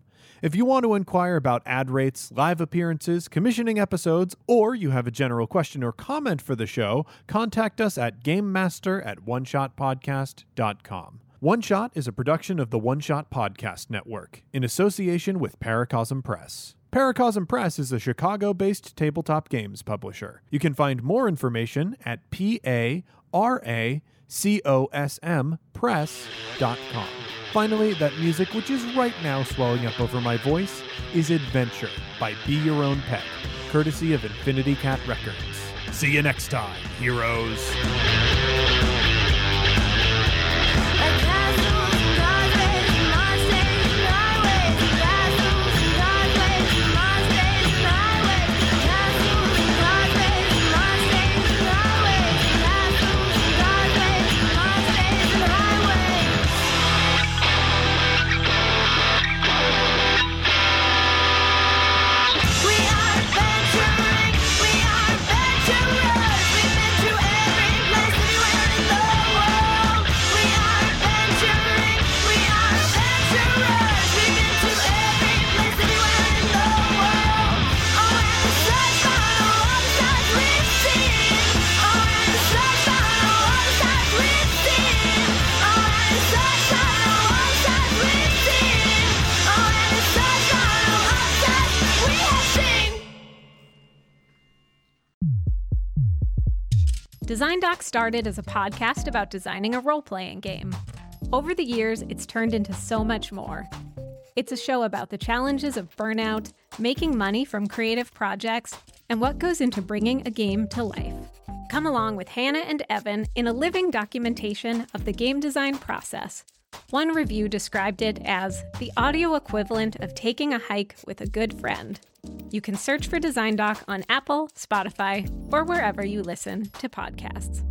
Speaker 6: If you want to inquire about ad rates, live appearances, commissioning episodes, or you have a general question or comment for the show, contact us at gamemaster at oneshotpodcast.com. One Shot is a production of the One Shot Podcast Network in association with Paracosm Press. Paracosm Press is a Chicago based tabletop games publisher. You can find more information at P A R A C O S M Press.com. Finally, that music, which is right now swelling up over my voice, is Adventure by Be Your Own Pet, courtesy of Infinity Cat Records. See you next time, heroes.
Speaker 15: We are venturing, we are venturers. We've been to every place, anywhere in the world. We are venturing, we are venturers. We've been to every place, anywhere in the world. Oh, and the stars are the ones that we've seen. Oh, and the stars are the ones that we've seen. Oh, and the stars are the ones that we've seen. Oh, and the stars are the ones that we have seen.
Speaker 5: Design Doc started as a podcast about designing a role playing game. Over the years, it's turned into so much more. It's a show about the challenges of burnout, making money from creative projects, and what goes into bringing a game to life. Come along with Hannah and Evan in a living documentation of the game design process. One review described it as the audio equivalent of taking a hike with a good friend. You can search for Design Doc on Apple, Spotify, or wherever you listen to podcasts.